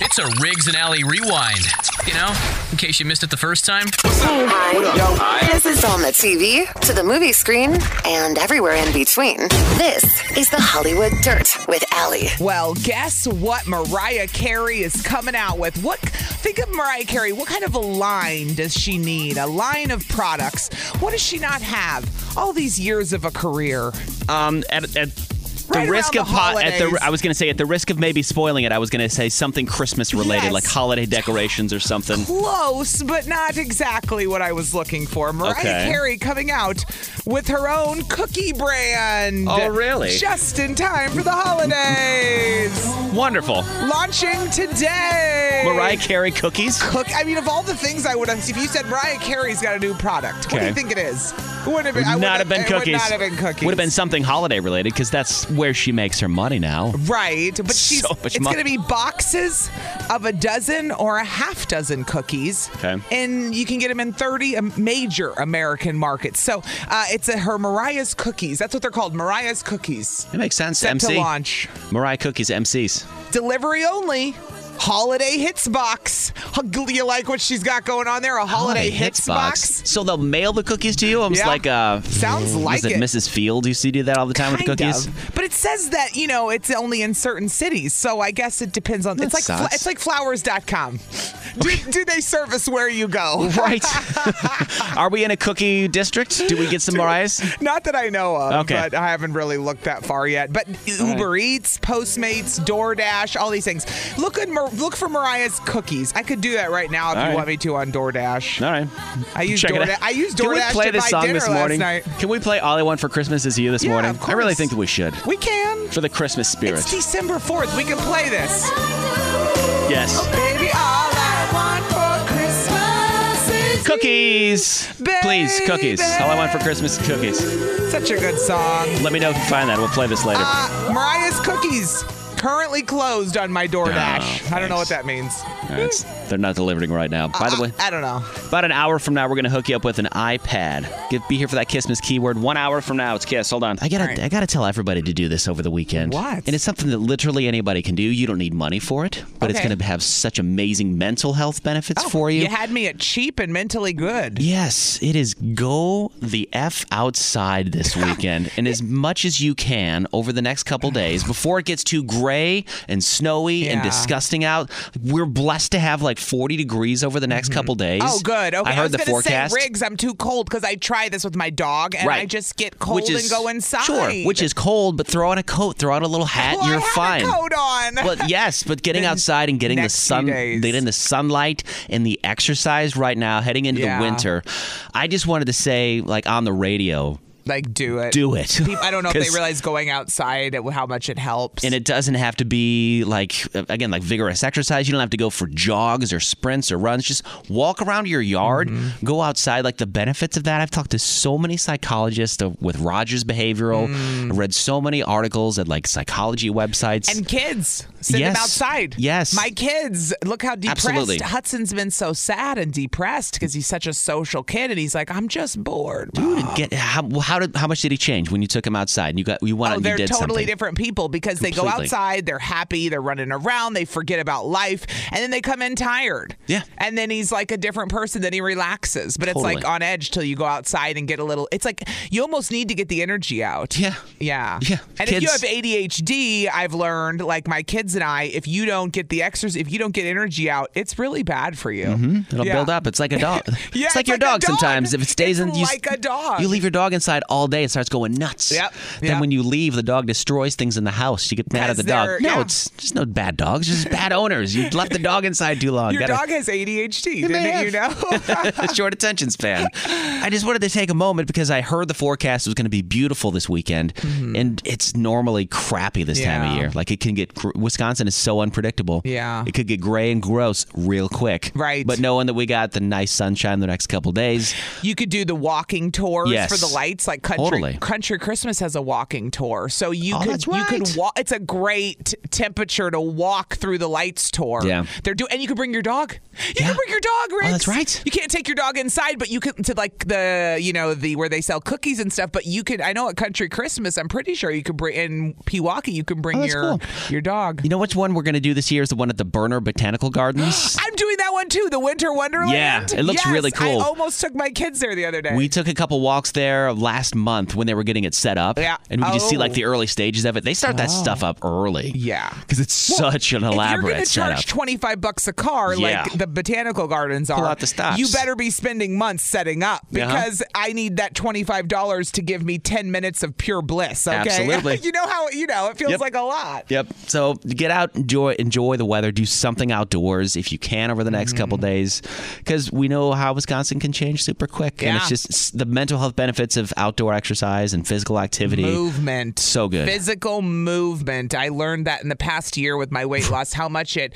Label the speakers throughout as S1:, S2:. S1: It's a Riggs and Alley rewind. You know, in case you missed it the first time.
S2: Hi. This is on the TV, to the movie screen, and everywhere in between. This is the Hollywood Dirt with Allie.
S3: Well, guess what Mariah Carey is coming out with? What think of Mariah Carey, what kind of a line does she need? A line of products. What does she not have? All these years of a career.
S4: Um, at, at the
S3: Right
S4: risk
S3: around
S4: of
S3: the
S4: hot at the
S3: holidays.
S4: I was going to say at the risk of maybe spoiling it, I was going to say something Christmas related,
S3: Yes.
S4: like holiday decorations or something.
S3: Close, but not exactly what I was looking for. Mariah
S4: Okay.
S3: Carey coming out with her own cookie brand.
S4: Oh, really?
S3: Just in time for the holidays.
S4: Wonderful.
S3: Launching today.
S4: Mariah Carey cookies.
S3: Cook. I mean, of all the things I would have, if you said Mariah Carey's got a new product, what do
S4: Okay.
S3: you think it is? It would have been. I wouldn't
S4: Would not have been
S3: it Would
S4: cookies.
S3: not have been cookies.
S4: Would have been something holiday related because that's where she makes her money now.
S3: Right, but she's
S4: So much
S3: it's
S4: money.
S3: going to be boxes of a dozen or a half dozen cookies,
S4: Okay.
S3: and you can get them in thirty um, major American markets. So uh, it's a, her Mariah's cookies. That's what they're called, Mariah's cookies.
S4: It makes sense.
S3: Set
S4: MC.
S3: to launch.
S4: Mariah cookies. MCs.
S3: Delivery only. Holiday hits box. Do you like what she's got going on there? A holiday, hits box.
S4: So they'll mail the cookies to you. Almost
S3: Yeah.
S4: like uh,
S3: Sounds
S4: was
S3: like it.
S4: Mrs. Field used to do that all the time with
S3: Kind
S4: the cookies.
S3: of. But it says that, you know, it's only in certain cities. So I guess it depends on
S4: That
S3: it's like fl-
S4: sucks.
S3: it's like flowers.com. Do, do they service where you go?
S4: Right. Are we in a cookie district? Do we get some Mariahs?
S3: Not that I know of,
S4: Okay.
S3: but I haven't really looked that far yet. But Uber Eats, Postmates, DoorDash, all these things. Look at Mar- look for Mariah's cookies. I could do that right now if
S4: All
S3: you
S4: right.
S3: want me to on DoorDash.
S4: All right.
S3: I use
S4: Check it
S3: DoorDash.
S4: out.
S3: I use
S4: Can we
S3: DoorDash
S4: play
S3: to
S4: this
S3: buy
S4: song
S3: dinner
S4: this morning?
S3: last night.
S4: Can we play All I Want for Christmas Is You this
S3: Yeah,
S4: morning?
S3: of
S4: I really
S3: course.
S4: think that we should.
S3: We can.
S4: For the Christmas spirit.
S3: It's December 4th. We can play this.
S4: yes.
S3: Baby, all I want for Christmas is
S4: Cookies. Please, cookies.
S3: Baby.
S4: All I want for Christmas is cookies.
S3: you. Such a good song.
S4: Let me know if you find that. We'll play this later.
S3: Uh, Mariah's Cookies, currently closed on my DoorDash. I don't know what
S4: thanks.
S3: that means. Uh,
S4: All right, it's- They're not delivering right now. By the way,
S3: I, I don't know.
S4: about an hour from now, we're going to hook you up with an iPad. Get, be here for that Christmas keyword. One hour from now, it's Kiss. Hold on. I got to I gotta tell everybody to do this over the weekend.
S3: What?
S4: And it's something that literally anybody can do. You don't need money for it, but it's
S3: Okay. Oh,
S4: going to have such amazing mental health benefits for you.
S3: You had me at cheap and mentally good.
S4: Yes, it is go the F outside this weekend. and as much as you can over the next couple days before it gets too gray and snowy and
S3: Yeah.
S4: disgusting out. We're blessed to have like 40 degrees over the next couple days.
S3: Oh, good. Okay.
S4: I heard
S3: was
S4: the
S3: gonna
S4: forecast.
S3: say, Riggs, I'm too cold because I try this with my dog and I
S4: Right.
S3: just get cold
S4: Which
S3: and
S4: is-
S3: go inside.
S4: Sure, which is cold, but throw on a coat, throw on a little hat,
S3: Well, I
S4: you're
S3: had a
S4: fine.
S3: coat on.
S4: But yes, but getting
S3: The
S4: outside and getting the
S3: next few
S4: sun,
S3: days.
S4: getting the sunlight and the exercise right now, heading into
S3: Yeah.
S4: the winter. I just wanted to say, like on the radio,
S3: like do it.
S4: do it.
S3: People, I don't know if they
S4: 'Cause-
S3: realize going outside and how much it helps.
S4: And it doesn't have to be like again like vigorous exercise. You don't have to go for jogs or sprints or runs. Just walk around your yard,
S3: Mm-hmm.
S4: go outside. Like the benefits of that, I've talked to so many psychologists of- with Rogers Behavioral. I read so many articles at like psychology websites.
S3: Mm. And kids, send
S4: Yes.
S3: them outside.
S4: Yes.
S3: My kids, look how depressed.
S4: Absolutely.
S3: Hudson's been so sad and depressed because he's such a social kid and he's like, I'm just bored.
S4: Dude, get how well, how did how much did he change when you took him outside and you got you went out
S3: Oh,
S4: and
S3: they're
S4: you did
S3: totally
S4: something?
S3: different people because they go
S4: Completely.
S3: outside, they're happy, they're running around, they forget about life, and then they come in tired.
S4: Yeah.
S3: And then he's like a different person, then he relaxes. But
S4: Totally.
S3: it's like on edge till you go outside and get a little it's like you almost need to get the energy out.
S4: Yeah.
S3: Yeah.
S4: Yeah.
S3: And if you
S4: Kids-
S3: have ADHD, I've learned, like my kids and I, if you don't get the exercise if you don't get energy out, it's really bad for you.
S4: It'll
S3: Yeah.
S4: build up. It's like a dog.
S3: Yeah,
S4: it's like
S3: it's
S4: your
S3: like a
S4: dog,
S3: dog.
S4: sometimes. If it stays
S3: It's
S4: in, you, s-
S3: like a dog.
S4: You leave your dog inside all day, it starts going nuts.
S3: Yep,
S4: Then
S3: yep.
S4: when you leave, the dog destroys things in the house. You get mad at the
S3: 'Cause they're-
S4: dog. No,
S3: yeah.
S4: it's just no bad dogs. Just bad owners. You left the dog inside too long.
S3: Your
S4: Gotta-
S3: dog has ADHD,
S4: It
S3: didn't
S4: may
S3: it, you know?
S4: have. Short attention span. I just wanted to take a moment because I heard the forecast was going to be beautiful this weekend, and it's normally crappy this time of
S3: Mm-hmm. Yeah.
S4: year. Like it can get gr- Wisconsin is so unpredictable.
S3: Yeah.
S4: it could get gray and gross real quick.
S3: Right.
S4: But knowing that we got the nice sunshine the next couple days,
S3: You could do the walking tours
S4: Yes.
S3: for the lights, like like country
S4: Totally.
S3: country Christmas has a walking tour, so you
S4: Oh,
S3: could
S4: that's
S3: you could
S4: right.
S3: walk. It's a great temperature to walk through the lights tour.
S4: Yeah.
S3: they're doing, and you could bring your dog. You
S4: Yeah. Oh,
S3: can bring your dog, Rick.
S4: that's right.
S3: You can't take your dog inside, but you can to like the you know the where they sell cookies and stuff. But you could. I know at country Christmas, I'm pretty sure you could bring in Pewaukee. You can bring
S4: Oh, that's
S3: your
S4: cool.
S3: your dog.
S4: You know which one we're going to do this year is the one at the Burner Botanical Gardens.
S3: I'm doing that one too. The Winter Wonderland.
S4: it looks
S3: Yes,
S4: really cool.
S3: I almost took my kids there the other day.
S4: we took a couple walks there last month when they were getting it set up.
S3: Yeah.
S4: And we could just see like
S3: Oh.
S4: the early stages of it. They start that stuff up early.
S3: Yeah.
S4: Because it's such an
S3: if you're
S4: elaborate
S3: going to
S4: setup.
S3: charge 25 bucks a car
S4: Yeah.
S3: like the botanical gardens are
S4: out the stops.
S3: you better be spending months setting up
S4: Uh-huh.
S3: because i need that $25 to give me 10 minutes of pure bliss okay
S4: Absolutely.
S3: you know how you know it feels
S4: Yep.
S3: like a lot
S4: Yep. So get out, enjoy enjoy the weather, do something outdoors if you can over the next couple
S3: Mm-hmm.
S4: days, because we know how Wisconsin can change super quick, and it's
S3: Yeah.
S4: just it's the mental health benefits of outdoor exercise and physical activity.
S3: Movement.
S4: So good.
S3: Physical movement. I learned that in the past year with my weight loss, how much it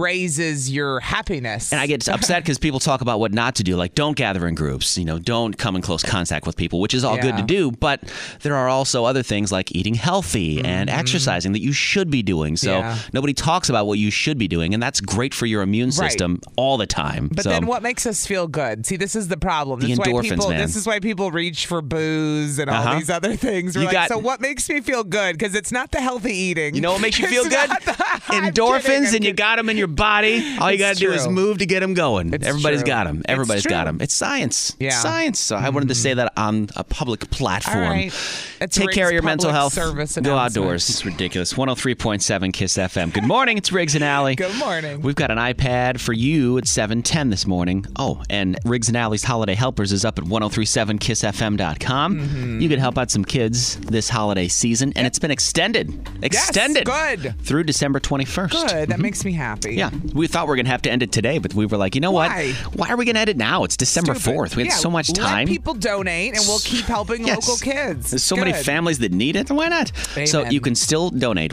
S3: raises your happiness.
S4: And I get upset because people talk about what not to do, like don't gather in groups, you know, don't come in close contact with people, which is all
S3: Yeah.
S4: good to do. But there are also other things like eating healthy and exercising that you should be doing. So
S3: Mm-hmm. Yeah.
S4: nobody talks about what you should be doing, and that's great for your immune
S3: Right.
S4: system all the time.
S3: But then what makes us feel good? See, this is the problem.
S4: The
S3: This is why
S4: endorphins,
S3: people
S4: man.
S3: this is why people reach for booze and all
S4: Uh-huh.
S3: these other things. We're
S4: You
S3: like,
S4: got-
S3: so what makes me feel good? Because it's not the healthy eating.
S4: You know what makes you feel
S3: It's
S4: good?
S3: not the- I'm
S4: Endorphins,
S3: kidding, I'm
S4: and you
S3: kidding.
S4: got them in your body. All you
S3: It's
S4: got to do is
S3: true.
S4: move to get them going.
S3: It's
S4: Everybody's
S3: true.
S4: got 'em. got them.
S3: It's
S4: Everybody's got
S3: true.
S4: 'em. got them. It's science. It's
S3: Yeah. Mm-hmm.
S4: science. So I wanted to say that on a public platform.
S3: All right. That's
S4: Take care of
S3: Riggs
S4: your mental
S3: Public
S4: health.
S3: Service
S4: Go
S3: announcement.
S4: outdoors. It's ridiculous. 103.7 Kiss FM. Good morning. It's Riggs and Alley.
S3: Good morning.
S4: We've got an iPad for you at 7:10 this morning. Oh, and Riggs and Alley's Holiday Helpers is up at 1037kissfm.com.
S3: Mm-hmm.
S4: You can help out some kids this holiday season, and it's been extended. Extended.
S3: good.
S4: Through December 21st.
S3: Good. That makes me happy.
S4: Mm-hmm. Yeah, we thought we were going to have to end it today, but we were like, you know what?
S3: Why?
S4: Why are we going to end it now? It's December
S3: Stupid.
S4: 4th. We had
S3: Yeah,
S4: so much time.
S3: Let people donate and we'll keep helping
S4: Yes.
S3: local kids.
S4: There's so many
S3: Good.
S4: families that need it. Why not? So
S3: Amen.
S4: you can still donate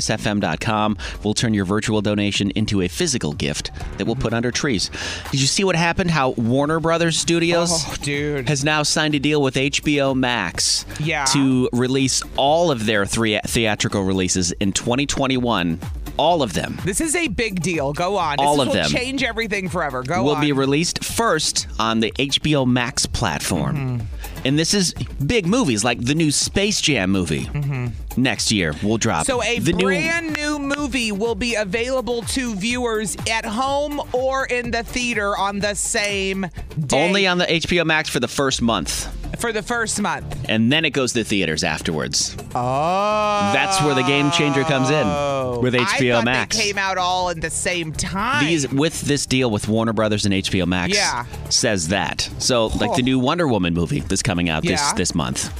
S4: 1037kissfm.com. We'll turn your virtual donation into a physical gift that we'll put under trees. Did you see what happened? How Warner Brothers Studios
S3: Oh, dude.
S4: has now signed a deal with HBO Max
S3: Yeah.
S4: to release all of their three theatrical releases in 2021. All of them.
S3: This is a big deal. Go on.
S4: All
S3: this
S4: of
S3: will
S4: them.
S3: change everything forever. Go
S4: will
S3: on.
S4: be released first on the HBO Max platform.
S3: Mm-hmm.
S4: And this is big movies like the new Space Jam movie. Next year will drop.
S3: Mm-hmm. So a
S4: the
S3: brand new-, movie will be available to viewers at home or in the theater on the same
S4: new
S3: day
S4: only on the HBO Max for the first month,
S3: for the first month.
S4: and then it goes to theaters afterwards.
S3: Oh,
S4: That's where the game changer comes in with
S3: I
S4: HBO
S3: thought
S4: Max.
S3: They came out all at the same time.
S4: These with this deal with Warner Brothers and HBO Max
S3: Yeah.
S4: says that. So like the
S3: Oh.
S4: new Wonder Woman movie that's coming out this
S3: Yeah.
S4: this month.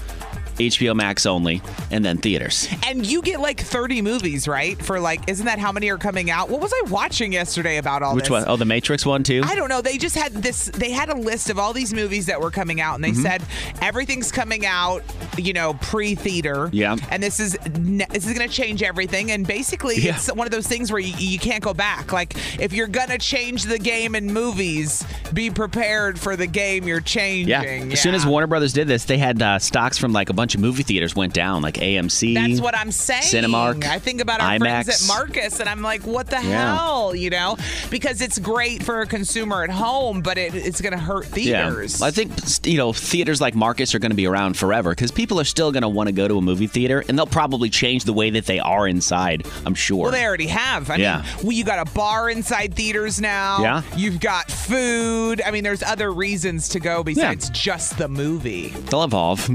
S4: HBO Max only, and then theaters.
S3: and you get like 30 movies, right? For like, isn't that how many are coming out? What was I watching yesterday about all
S4: Which
S3: this?
S4: one? Oh, the Matrix one too.
S3: I don't know. They just had this. They had a list of all these movies that were coming out, and
S4: Mm-hmm.
S3: they said everything's coming out, you know, pre-theater.
S4: Yeah.
S3: And this is ne- this is going to change everything. And basically,
S4: Yeah.
S3: it's one of those things where you, you can't go back. Like if you're going to change the game in movies, be prepared for the game you're changing.
S4: Yeah. As soon as
S3: Yeah.
S4: Warner Brothers did this, they had uh, stocks from like a bunch of movie theaters went down, like AMC.
S3: That's what I'm saying.
S4: Cinemark,
S3: I think about our friends
S4: IMAX.
S3: at Marcus, and I'm like, what the
S4: Yeah.
S3: hell, you know? Because it's great for a consumer at home, but it, it's going to hurt theaters.
S4: I think you know theaters like Marcus are going to be around forever because people are still going to want to go to a movie theater, and they'll probably change the way that they are inside. I'm sure.
S3: Well, they already have. I
S4: Yeah.
S3: mean, well, you got a bar inside theaters now.
S4: Yeah.
S3: You've got food. I mean, there's other reasons to go besides just the movie.
S4: They'll evolve,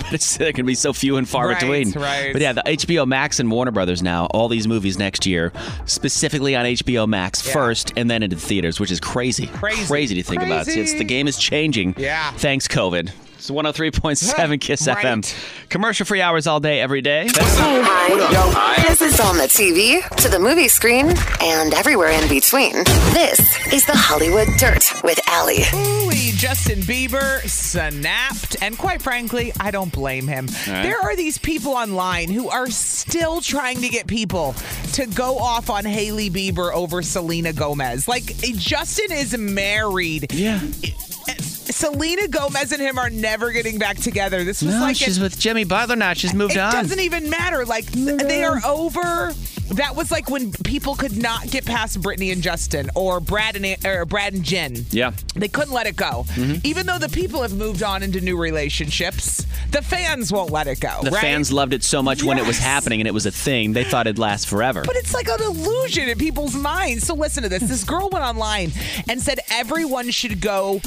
S4: but it's going to be so few and far
S3: Right,
S4: between.
S3: right.
S4: But yeah, the HBO Max and Warner Brothers now, all these movies next year, specifically on HBO Max
S3: Yeah.
S4: first and then into theaters, which is crazy.
S3: Crazy.
S4: to think about.
S3: Crazy.
S4: It's, the game is changing.
S3: Yeah.
S4: Thanks, COVID. It's 103.7 Kiss
S3: Right.
S4: FM. Commercial free hours all day, every day.
S2: Hey, hi. This is on the TV, to the movie screen, and everywhere in between. This is the Hollywood Dirt with Allie.
S3: Ooh-wee, Justin Bieber snapped. And quite frankly, I don't blame him.
S4: right.
S3: There are these people online who are still trying to get people to go off on Haley Bieber over Selena Gomez. Like, Justin is married.
S4: Yeah.
S3: Selena Gomez and him are never getting back together. This was
S4: No,
S3: like
S4: she's
S3: an-
S4: with Jimmy Butler now. She's moved
S3: it
S4: on.
S3: doesn't even matter. Like th- they are over. That was like when people could not get past Britney and Justin or Brad and A- or Brad and Jen.
S4: Yeah. Mm-hmm.
S3: They couldn't let it go. Even though the people have moved on into new relationships, the fans won't let it go.
S4: the
S3: right?
S4: fans loved it so much when it was
S3: Yes.
S4: happening and it was a thing. They thought it'd last forever.
S3: But it's like an illusion in people's minds. So listen to this. This girl went online and said everyone should go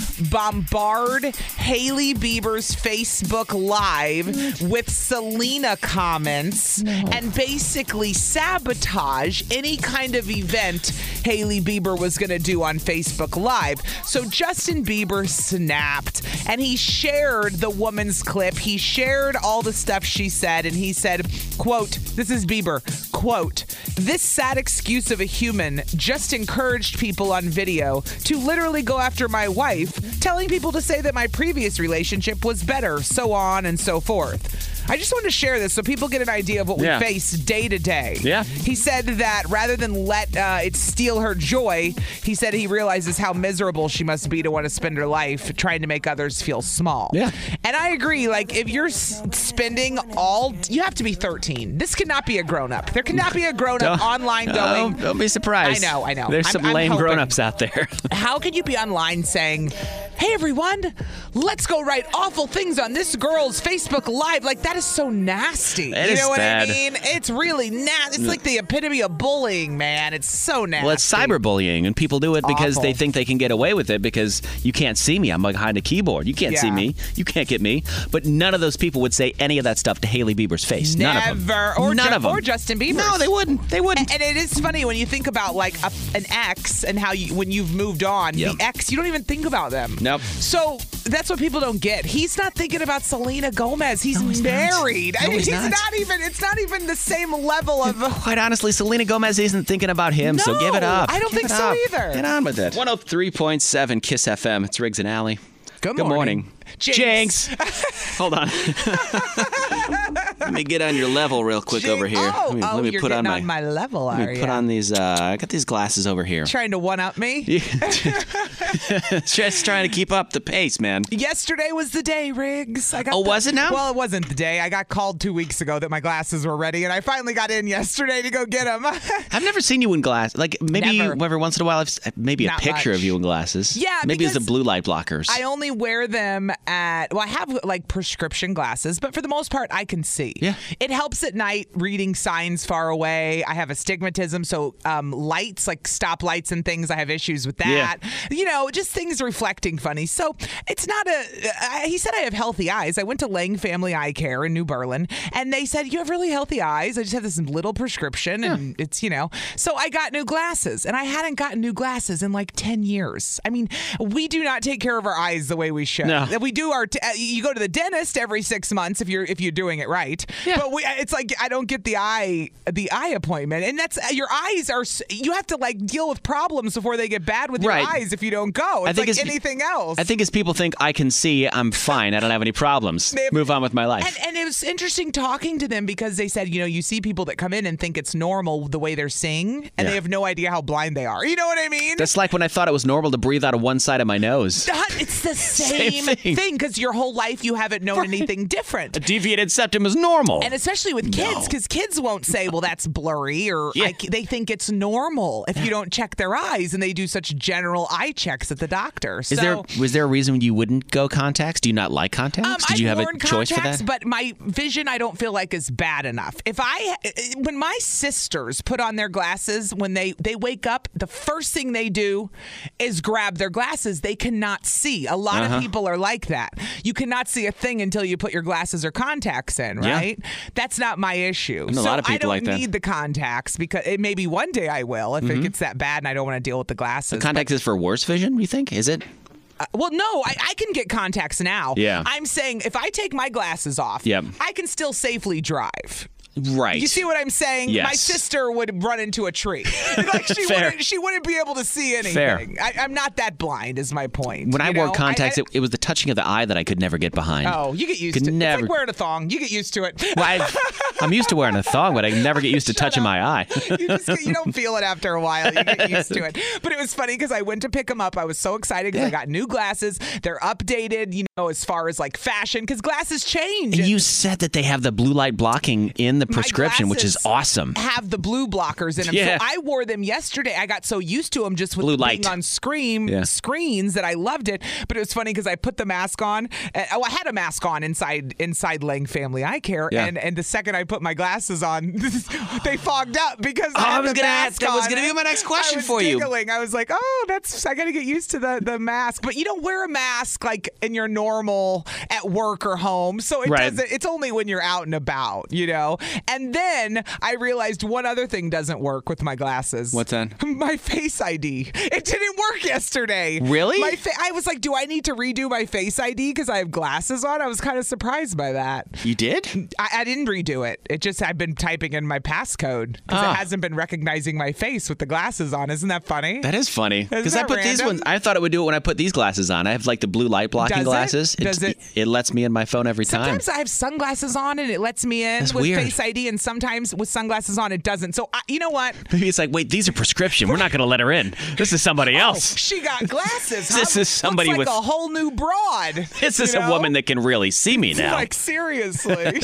S3: bombard Haley Bieber's Facebook Live with Selena comments and basically sabotage any kind of event Haley Bieber was going to do on Facebook Live. So Justin Bieber snapped and he shared the woman's clip. He shared all the stuff she said and he said, quote, this is Bieber, quote, this sad excuse of a human just encouraged people on video to literally go after my wife, telling people to say that my previous relationship was better, so on and so forth. I just want to share this so people get an idea of what
S4: Yeah.
S3: we face day to day.
S4: Yeah.
S3: He said that rather than let uh, it steal her joy, he said he realizes how miserable she must be to want to spend her life trying to make others feel small.
S4: Yeah.
S3: And I agree. Like, if you're s- spending all, you have to be 13. This cannot be a grown up. There cannot be a grown up
S4: Don't-
S3: online going.
S4: Don't, Oh, don't be surprised.
S3: I know, I know.
S4: There's
S3: I'm-
S4: some
S3: I'm
S4: lame
S3: hoping.
S4: grown-ups out there.
S3: How can you be online saying, hey, everyone, let's go write awful things on this girl's Facebook Live? Like, that is so nasty.
S4: It
S3: you
S4: is
S3: know what
S4: bad. Mm.
S3: I mean? It's really nasty. It's like the epitome of bullying, man. It's so nasty.
S4: Well, it's cyberbullying, and people do it because
S3: Awful.
S4: they think they can get away with it because you can't see me. I'm behind a keyboard. You can't see
S3: Yeah.
S4: me. You can't get me. But none of those people would say any of that stuff to Haley Bieber's face. None of them.
S3: Never. Or
S4: none
S3: Ju-
S4: of them.
S3: or Justin Bieber.
S4: No, they wouldn't. They wouldn't.
S3: And it is funny when you think about like a, an ex and how you, when you've moved on,
S4: Yep.
S3: the ex, you don't even think about them.
S4: Nope.
S3: So that's what people don't get. He's not thinking about Selena Gomez. He's,
S4: he's not.
S3: married. I
S4: No,
S3: mean,
S4: he's
S3: he's,
S4: not.
S3: not. even. It's not even the same level of.
S4: Quite honestly, Selena Gomez isn't thinking about him, so give it
S3: No,
S4: up.
S3: I don't
S4: Give
S3: think
S4: it
S3: so
S4: up.
S3: either.
S4: Get on with it. 103.7 Kiss FM. It's Riggs and Alley.
S3: Good
S4: Good
S3: morning.
S4: morning.
S3: Jinx.
S4: Jinx. Hold on. Let me get on your level real quick over here.
S3: Oh,
S4: let me,
S3: oh
S4: let me
S3: you're
S4: put
S3: getting
S4: on my,
S3: level.
S4: let
S3: are
S4: me
S3: you?
S4: put on these uh, I got these glasses over here.
S3: Trying to one up me.
S4: Just trying to keep up the pace, man.
S3: Yesterday was the day, Riggs. I got
S4: Oh,
S3: the-
S4: was it now?
S3: Well, it wasn't the day. I got called two weeks ago that my glasses were ready, and I finally got in yesterday to go get them.
S4: I've never seen you in glass. Like maybe
S3: Never.
S4: every once in a while, I've s- maybe a
S3: Not
S4: picture of
S3: much.
S4: you in glasses.
S3: Yeah,
S4: maybe it's the
S3: because
S4: blue light blockers.
S3: I only wear them at well, I have like prescription glasses, but for the most part, I can see.
S4: Yeah.
S3: it helps at night reading signs far away. I have astigmatism, so um, lights like stop lights and things, I have issues with
S4: Yeah.
S3: that. You know, just things reflecting funny. So it's not a. I, he said I have healthy eyes. I went to Lang Family Eye Care in New Berlin, and they said you have really healthy eyes. I just have this little prescription, and it's you know. So I got new glasses, and I hadn't gotten new glasses in like ten years. I mean, we do not take care of our eyes the way we should.
S4: No.
S3: We do our. T- uh, you go to the dentist every six months if you're if you're doing it right.
S4: Yeah.
S3: But we, it's like I don't get the eye the eye appointment, and that's uh, your eyes are. s- You have to like deal with problems before they get bad with
S4: Right.
S3: your eyes if you don't go. It's
S4: I think
S3: like
S4: it's-
S3: anything else.
S4: I think as people think I can see, I'm fine. I don't have any problems.
S3: Maybe-
S4: Move on with my life.
S3: And, and it was interesting talking to them because they said, you know, you see people that come in and think it's normal the way they're seeing, and
S4: Yeah.
S3: they have no idea how blind they are. You know what I mean?
S4: That's like when I thought it was normal to breathe out of one side of my nose.
S3: That- it's the same,
S4: thing.
S3: thing because your whole life you haven't known anything different.
S4: Deviated septum is normal.
S3: And especially with kids, because kids won't say, well, that's blurry, or
S4: Yeah.
S3: I c they think it's normal if you don't check their eyes, and they do such general eye checks at the doctor.
S4: Is
S3: so,
S4: there was there a reason you wouldn't go contacts? Do you not like contacts?
S3: Um,
S4: Did you
S3: I've
S4: have a
S3: worn
S4: choice for
S3: contacts,
S4: that?
S3: But my vision, I don't feel like is bad enough. If I, when my sisters put on their glasses, when they they wake up, the first thing they do is grab their glasses. They cannot see. A lot
S4: Uh-huh.
S3: of people are like that. You cannot see a thing until you put your glasses or contacts in.
S4: Yeah.
S3: Right? That's not my issue.
S4: know
S3: so
S4: a lot of
S3: I
S4: people
S3: don't
S4: like that. Mm-hmm.
S3: need the contacts because it, maybe one day I will if it gets that bad and I don't want to deal with the glasses. but-
S4: Contacts is for worse vision. You think? Is it?
S3: well, no, I, I can get contacts now.
S4: Yeah.
S3: I'm saying if I take my glasses off,
S4: Yep.
S3: I can still safely drive.
S4: Right.
S3: You see what I'm saying? My
S4: Yes.
S3: sister would run into a tree. like she
S4: Fair.
S3: wouldn't she wouldn't be able to see
S4: Fair.
S3: anything. I, I'm not that blind is my point.
S4: When I
S3: you
S4: wore
S3: know?
S4: contacts,
S3: I-
S4: it, it was the touching of the eye that I could never get behind.
S3: Oh, you get used
S4: could
S3: to it. It's
S4: never-
S3: like wearing a thong. You get used to it.
S4: Well, I've, I'm used to wearing a thong, but I never get used to touching my eye.
S3: you just get, you don't feel it after a while. You get used to it. But it was funny because I went to pick them up. I was so excited because I got new glasses. They're updated, you know, as far as like fashion because glasses change.
S4: you said that they have the blue light blocking in the
S3: My
S4: prescription, which is
S3: glasses
S4: awesome.
S3: Have the blue blockers in them.
S4: Yeah.
S3: So I wore them yesterday. I got so used to them just with
S4: Blue
S3: them being
S4: light.
S3: on screen
S4: Yeah.
S3: screens that I loved it. But it was funny because I put the mask on. And, oh, I had a mask on inside inside Lang Family Eye Care,
S4: Yeah.
S3: and and the second I put my glasses on, they fogged up because
S4: Oh, I
S3: had
S4: was
S3: the
S4: gonna
S3: mask
S4: ask- that was
S3: on.
S4: gonna be my next question
S3: I was
S4: for you.
S3: giggling. I was like, oh, that's I got to get used to the the mask. But you don't wear a mask like in your normal at work or home, so it
S4: Right.
S3: doesn't it's only when you're out and about, you know? And then I realized one other thing doesn't work with my glasses.
S4: What's that?
S3: My face ID. It didn't work yesterday.
S4: Really?
S3: My fa- I was like, do I need to redo my face ID because I have glasses on? I was kind of surprised by that.
S4: You did?
S3: I, I didn't redo it. It just had been typing in my passcode because
S4: Ah.
S3: it hasn't been recognizing my face with the glasses on. Isn't that funny?
S4: That is funny. Because I
S3: that
S4: put these
S3: random?
S4: ones. I thought it would do it when I put these glasses on. I have like the blue light blocking
S3: Does it?
S4: glasses.
S3: Does it-
S4: it lets me in my phone every time.
S3: Sometimes I have sunglasses on and it lets me in
S4: That's
S3: with
S4: weird.
S3: Face ID, and sometimes with sunglasses on it doesn't. So I, you know what?
S4: Maybe it's like, wait, these are prescription. We're not going to let her in. This is somebody
S3: Oh,
S4: else.
S3: She got glasses. huh?
S4: Oh. This is somebody
S3: Looks like
S4: with-
S3: a whole new broad.
S4: This
S3: you
S4: is
S3: know?
S4: a woman that can really see me now.
S3: Like seriously,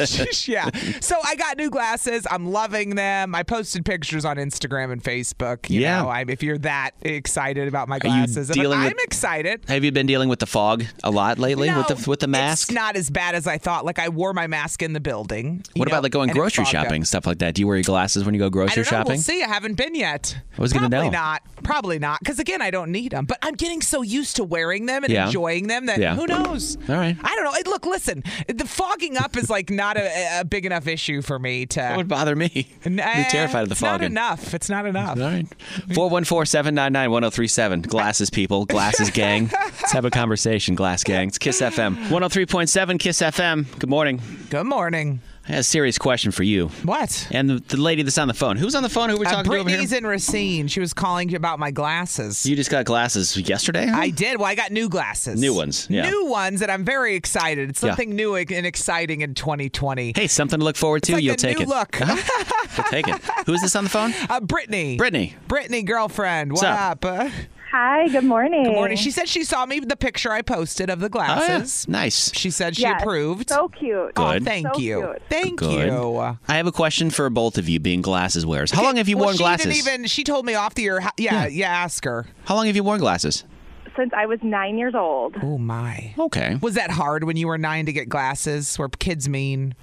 S3: yeah. So I got new glasses. I'm loving them. I posted pictures on Instagram and Facebook. You
S4: Yeah.
S3: know, I'm, if you're that excited about my
S4: you
S3: glasses, I'm,
S4: dealing
S3: I'm
S4: with-
S3: excited.
S4: have you been dealing with the fog a lot lately with
S3: No,
S4: the with the mask?
S3: it's not as bad as I thought. Like I wore my mask in the building. you
S4: what
S3: know,
S4: about like going
S3: and it
S4: grocery
S3: fogged up.
S4: shopping stuff like that? Do you wear your glasses when you go
S3: I
S4: grocery
S3: don't know.
S4: shopping?
S3: We'll see. I haven't been yet.
S4: I was gonna
S3: Probably
S4: know.
S3: not. Probably not. Because again, I don't need them. But I'm getting so used to wearing them and
S4: Yeah.
S3: enjoying them that
S4: Yeah.
S3: who knows?
S4: All right.
S3: I don't know. It, look, listen. The fogging up is like not a, a big enough issue for me to.
S4: That would bother me.
S3: Nah,
S4: I'd be terrified of the
S3: it's
S4: fog.
S3: Not enough. It's not enough.
S4: All right. 414 799 1037. Glasses, people. Glasses, gang. Let's have a conversation, glass gang. It's Kiss FM. 103.7 Kiss FM. Good morning.
S3: Good morning.
S4: I got a serious question for you.
S3: What?
S4: And the, the lady that's on the phone. Who's on the phone? Who we're
S3: Uh,
S4: talking to over here?
S3: Brittany's in Racine. She was calling you about my glasses.
S4: You just got glasses yesterday? huh?
S3: I did. Well, I got new glasses.
S4: New ones, yeah.
S3: New ones, and I'm very excited. It's
S4: Yeah.
S3: something new and exciting in 2020.
S4: Hey, something to look forward to.
S3: like
S4: You'll
S3: a
S4: take
S3: new
S4: it.
S3: look.
S4: Uh-huh. You'll take it. Who is this on the phone? Oh,
S3: Uh, Brittany.
S4: Brittany.
S3: Brittany, girlfriend. What
S4: up?
S3: up? Uh,
S5: Hi, good morning.
S3: good morning. She said she saw me the picture I posted of the
S4: Oh, yeah.
S3: glasses.
S4: Nice.
S3: She said she
S5: Yes,
S3: approved.
S5: So cute.
S4: Good.
S3: Oh, thank
S5: So
S3: you.
S5: cute.
S3: Thank
S4: Good.
S3: you.
S4: I have a question for both of you being glasses wearers. How long have you
S3: well,
S4: worn
S3: she
S4: glasses?
S3: Didn't even, she told me off the air. ho- Yeah, yeah, ask her.
S4: How long have you worn glasses?
S5: Um, Since I was nine years old,
S3: Oh, my.
S4: Okay.
S3: Was that hard when you were nine to get glasses? Were kids mean?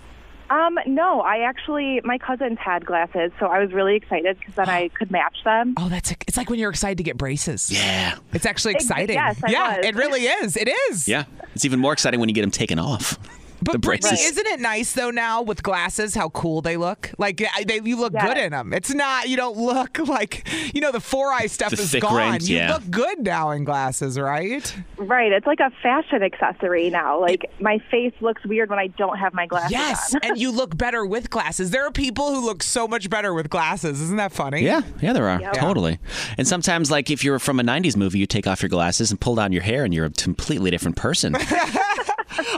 S5: um, no, I actually my cousins had glasses, so I was really excited because then I could match them.
S3: Oh, that's it's like when you're excited to get braces.
S4: Yeah.
S3: It's actually
S5: Ex-
S3: exciting.
S5: yes, I
S3: yeah,
S5: was.
S3: it really is. It is.
S4: Yeah. It's even more exciting when you get them taken off.
S3: But
S4: the
S3: Brittany,
S4: braces.
S3: isn't it nice though now with glasses how cool they look? Like I- they, you look
S5: Yes.
S3: good in them. It's not you don't look like you know the four eye stuff
S4: The
S3: is
S4: thick
S3: gone.
S4: rings,
S3: you
S4: yeah.
S3: look good now in glasses, right?
S5: Right, it's like a fashion accessory now. Like my face looks weird when I don't have my glasses.
S3: Yes,
S5: on.
S3: and you look better with glasses. There are people who look so much better with glasses. Isn't that funny?
S4: Yeah, yeah, there are.
S5: Yeah.
S4: Totally. And sometimes, like, if you're from a 90s movie, you take off your glasses and pull down your hair, and you're a completely different person.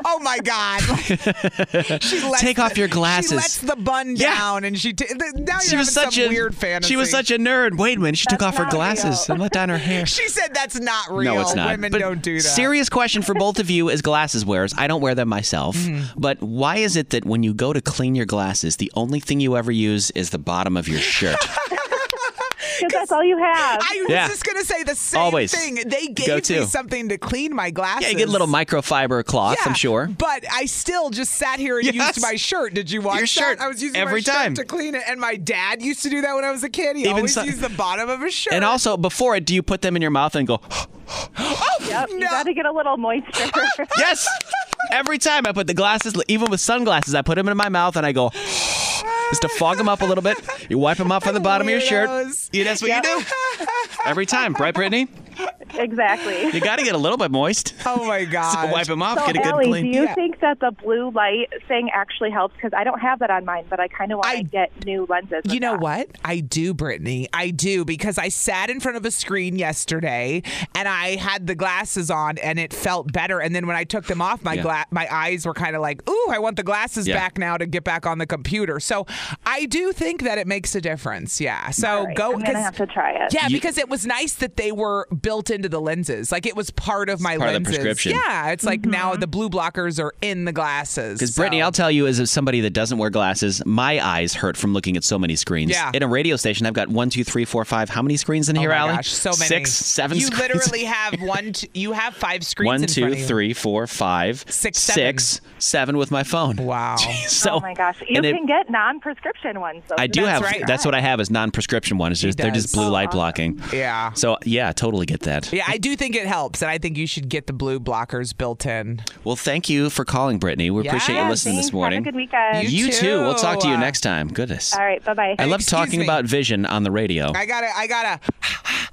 S3: Oh my God! she lets
S4: Take off your
S3: She
S4: glasses.
S3: lets the bun
S4: Yeah.
S3: down, and she t- now you're
S4: she was
S3: having
S4: such
S3: some
S4: a
S3: weird fantasy.
S4: She was such a nerd. Wait a minute. She took
S5: That's
S4: off her
S5: not real.
S4: glasses and let down her hair.
S3: She said that's not real.
S4: No, it's not.
S3: Women
S4: But
S3: don't do that.
S4: Serious question for both of you as glasses wearers. I don't wear them myself,
S3: Mm-hmm.
S4: but why is it that when you go to clean your glasses, the only thing you ever use is the bottom of your shirt?
S5: 'Cause that's all you have.
S3: I was
S4: Yeah.
S3: just gonna say the same
S4: Always.
S3: thing. They gave
S4: Go
S3: me
S4: to.
S3: something to clean my glasses.
S4: yeah, you get a little microfiber cloth, I'm
S3: Yeah,
S4: sure.
S3: But I still just sat here and
S4: Yes.
S3: used my shirt. Did you watch
S4: Your
S3: that?
S4: shirt,
S3: I was using my
S4: every
S3: shirt
S4: time.
S3: to clean it, and my dad used to do that when I was a kid. He
S4: Even
S3: always
S4: so-
S3: used the bottom of his shirt.
S4: And also, before it, do you put them in your mouth and go,
S5: Yep, you
S3: No.
S5: got to get a little moisture.
S4: yes? Every time I put the glasses, even with sunglasses, I put them in my mouth and I go, just to fog them up a little bit. You wipe them off on the bottom of your shirt.
S3: Weirdos.
S4: Yeah, that's what you do. Every time, right, Brittany?
S5: exactly.
S4: You got to get a little bit moist.
S3: Oh my
S4: So
S3: god.
S4: wipe them off.
S5: So,
S4: get a good
S5: Allie,
S4: clean.
S5: do you
S3: Yeah.
S5: think that the blue light thing actually helps? Because I don't have that on mine, but I kind of want
S3: I-
S5: to get new lenses. with
S3: You know
S4: uh,
S5: that.
S3: what? I do, Brittany. I do because I sat in front of a screen yesterday and I had the glasses on and it felt better. And then when I took them off, my
S4: Yeah.
S3: gla- my eyes were kind of like, ooh, I want the glasses
S4: Yeah.
S3: back now to get back on the computer. So I do think that it makes a difference. Yeah. So
S5: Right,
S3: go.
S5: I'm gonna
S3: 'cause-
S5: have to try it.
S3: Yeah,
S4: You-
S3: because it was nice that they were built into the lenses. Like it was part of my
S4: part of the
S3: lenses.
S4: prescription.
S3: Yeah, it's like now
S5: Mm-hmm.
S3: the blue blockers are in the glasses.
S4: Because Brittany,
S3: so-
S4: I'll tell you, as of somebody that doesn't wear glasses, my eyes hurt from looking at so many screens.
S3: Yeah.
S4: In a radio station, I've got one, two, three, four, five. How many screens in
S3: Oh
S4: here,
S3: my
S4: Allie?
S3: gosh, so many.
S4: Six, seven.
S3: You
S4: screens?
S3: literally have one. T- you have five screens.
S4: One,
S3: in
S4: two,
S3: front of you.
S4: three, four, five,
S3: Six,
S4: six, seven with my phone.
S3: Wow.
S4: so,
S5: oh my gosh, you
S4: and it-
S5: can get non-prescription ones. Though,
S4: I do
S3: That's
S4: have.
S3: right.
S4: That's what I have is non-prescription ones. Just, they're just
S3: does.
S5: Oh,
S4: blue light blocking.
S3: Yeah.
S4: So yeah, totally get that.
S3: Yeah, I do think it helps, and I think you should get the blue blockers built in.
S4: Well, thank you for calling, Brittany. We appreciate you
S3: Yeah,
S4: listening
S5: Thanks.
S4: this morning.
S5: Have a good weekend.
S3: You
S4: You too. We'll talk to you
S3: too.
S4: next time. Goodness.
S5: All right, bye bye.
S4: I love
S3: Excuse
S4: talking
S3: me.
S4: about vision on the radio.
S3: I gotta, I gotta,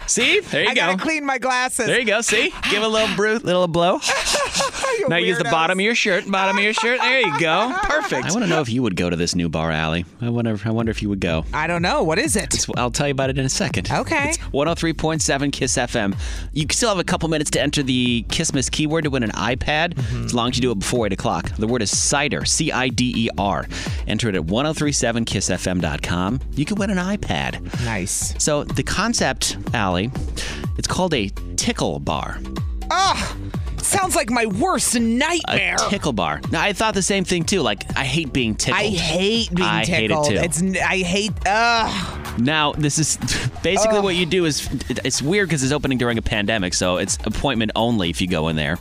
S4: See? There you
S3: I
S4: go.
S3: gotta clean my glasses.
S4: There you go. See? Give it a little brew, little blow.
S3: You
S4: Now use the
S3: weirdos.
S4: bottom of your shirt. Bottom of your shirt. There you go. Perfect. I want to know if you would go to this new bar, alley. I wonder. I wonder if you would go.
S3: I don't know what is it.
S4: I'll tell you about it in a second.
S3: Okay.
S4: It's 103.7 Kiss FM. You still have a couple minutes to enter the Kissmas keyword to win an iPad
S3: Mm-hmm.
S4: as long as you do it before 8 o'clock. The word is cider, C I D E R. Enter it at 1037kissfm.com. You can win an iPad.
S3: Nice.
S4: So the concept, Allie, it's called a tickle bar.
S3: Sounds like my worst
S4: A
S3: nightmare.
S4: tickle bar. Now I thought the same thing too. Like I hate being tickled.
S3: I hate being
S4: I hate it,
S3: tickled.
S4: too.
S3: It's n- I hate. Ugh.
S4: Now this is basically what you do is it's weird because it's opening during a pandemic, so it's appointment only if you go in there.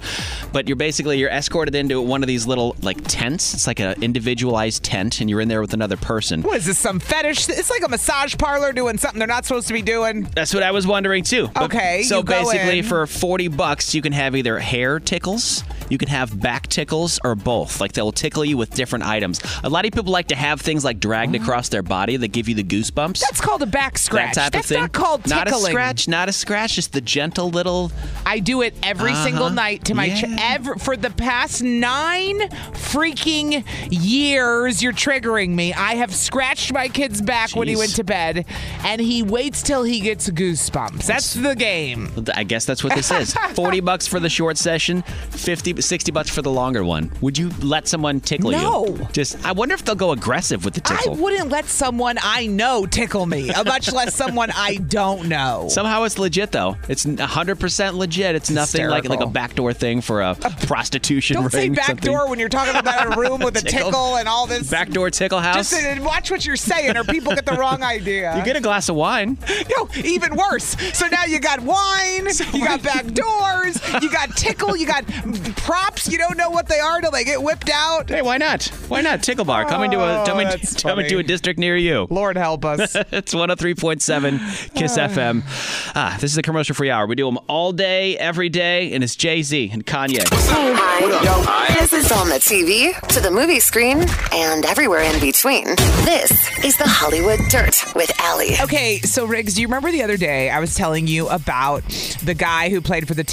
S4: But you're basically you're escorted into one of these little like tents. It's like an individualized tent, and you're in there with another person.
S3: What is this? Some fetish? It's like a massage parlor doing something they're not supposed to be doing.
S4: That's what I was wondering too. But-
S3: Okay,
S4: So
S3: you go
S4: basically,
S3: in.
S4: for forty bucks, you can have either hair tickles, you can have back tickles, or both. Like they'll tickle you with different items. A lot of people like to have things like dragged across their body that give you the goosebumps.
S3: That's called a back scratch.
S4: That type
S3: That's
S4: of thing.
S3: not called tickling.
S4: Not a scratch. Not a scratch. Just the gentle little.
S3: I do it every
S4: Uh-huh.
S3: single night to my ch-
S4: Yeah.
S3: ever for the past nine freaking years. You're triggering me. I have scratched my kid's back when he
S4: Jeez.
S3: went to bed, and he waits till he gets goosebumps. That's the game.
S4: I guess that's what this is. Forty bucks for the short session, 50, 60 bucks for the longer one. Would you let someone tickle you?
S3: No.
S4: Just. I wonder if they'll go aggressive with the
S3: I
S4: tickle.
S3: wouldn't let someone I know tickle me, uh, much less someone I don't know.
S4: Somehow it's legit though. It's 100% legit. It's nothing like like
S3: hysterical.
S4: a backdoor thing for a prostitution
S3: don't say
S4: ring.
S3: back
S4: something.
S3: door when you're talking about a room with a
S4: Tickle.
S3: tickle, and all this.
S4: Backdoor tickle house.
S3: Just uh, watch what you're saying, or people get the wrong idea.
S4: you get a glass of wine.
S3: No, even worse. So now you got wine, you got back doors, you got tickle, you got props. You don't know what they are till they get whipped out.
S4: Hey, why not? Why not? Tickle bar. Come into a
S3: Oh,
S4: come, into,
S3: that's
S4: come into a
S3: funny.
S4: district near you.
S3: Lord help us.
S4: It's 103.7 Kiss FM. Ah, this is a commercial free hour. We do them all day, every day, and it's Jay Z and Kanye.
S2: Hi. This is on the TV, to the movie screen, and everywhere in between. This is the Hollywood Dirt with Allie.
S3: Okay, so Riggs, do you remember the other day I was telling you about the guy who played for the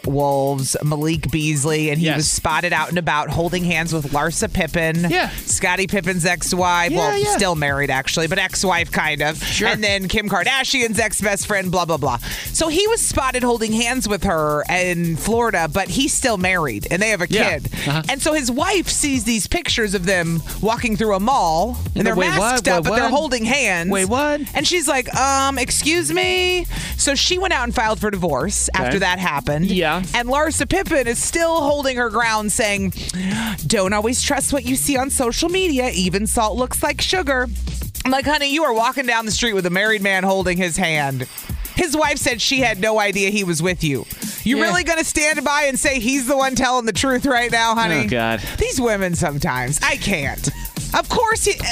S3: Timberwolves, Malik Beasley, and he
S4: Yes.
S3: was spotted out and about holding hands with Larsa Pippen,
S4: Yeah.
S3: Scottie Pippen's ex-wife,
S4: Yeah,
S3: well,
S4: yeah.
S3: still married actually, but ex-wife kind of,
S4: Sure.
S3: and then Kim Kardashian's ex-best friend, blah blah blah. So he was spotted holding hands with her in Florida, but he's still married and they have a
S4: Yeah.
S3: kid,
S4: Uh-huh.
S3: and so his wife sees these pictures of them walking through a mall and,
S4: And
S3: they're
S4: wait,
S3: masked
S4: what?
S3: up,
S4: Wait,
S3: but they're
S4: what?
S3: holding hands.
S4: Wait, what?
S3: And she's like, um, excuse me. So she went out and filed for divorce after that happened.
S4: Yeah.
S3: And Larsa Pippen is still holding her ground, saying, don't always trust what you see on social media. Even salt looks like sugar. I'm like, honey, you are walking down the street with a married man holding his hand. His wife said she had no idea he was with you. You
S4: Yeah.
S3: really gonna stand by and say he's the one telling the truth right now, honey?
S4: Oh, God.
S3: These women sometimes. I can't. Of course, he, uh,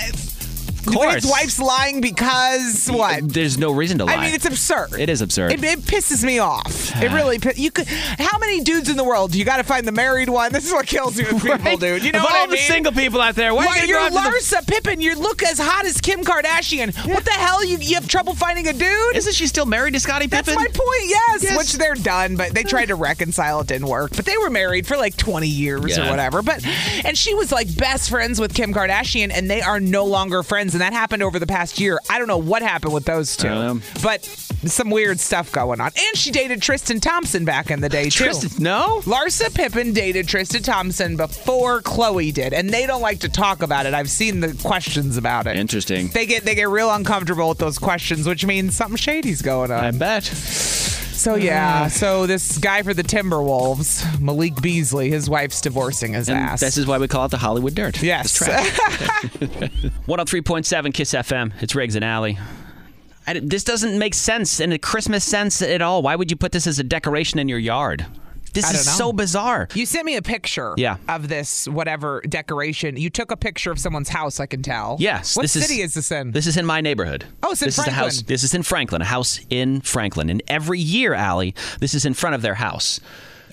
S4: Of course.
S3: His wife's lying because what?
S4: There's no reason to lie.
S3: I mean, it's absurd.
S4: It is absurd.
S3: It, it pisses me off. It really. pi- You could. How many dudes in the world? You got to find the married one. This is what kills me with people, dude. You know
S4: Of
S3: what
S4: all
S3: I
S4: the
S3: mean?
S4: single people out there, why
S3: Why
S4: are you
S3: you're
S4: gonna go after the-
S3: Larsa Pippen? You look as hot as Kim Kardashian. What the hell? You, you have trouble finding a dude?
S4: Isn't she still married to Scottie
S3: That's
S4: Pippen?
S3: my point. Yes.
S4: Yes.
S3: which they're done, but they tried to reconcile. It didn't work. But they were married for like 20 years or
S4: Yeah.
S3: whatever. But and she was like best friends with Kim Kardashian, and they are no longer friends. And that happened over the past year. I don't know what happened with those two,
S4: don't know.
S3: but some weird stuff going on. And she dated Tristan Thompson back in the day too.
S4: Tristan, no.
S3: Larsa Pippen dated Tristan Thompson before Chloe did, and they don't like to talk about it. I've seen the questions about it.
S4: Interesting.
S3: They get they get real uncomfortable with those questions, which means something shady's going on.
S4: I bet.
S3: So yeah, so this guy for the Timberwolves, Malik Beasley, his wife's divorcing his
S4: And
S3: ass.
S4: This is why we call it the Hollywood Dirt.
S3: yes.
S4: 103.7 Kiss FM. It's Riggs and Alley. I, d- this doesn't make sense in a Christmas sense at all. Why would you put this as a decoration in your yard? This
S3: I
S4: is
S3: don't know.
S4: so bizarre.
S3: you sent me a picture
S4: Yeah.
S3: of this whatever decoration. You took a picture of someone's house, I can tell.
S4: Yes.
S3: What
S4: this
S3: city is, this in?
S4: This is in my neighborhood.
S3: Oh, it's in
S4: this
S3: Franklin.
S4: Is the house, this is in Franklin, a house in Franklin. And every year, Allie, this is in front of their house.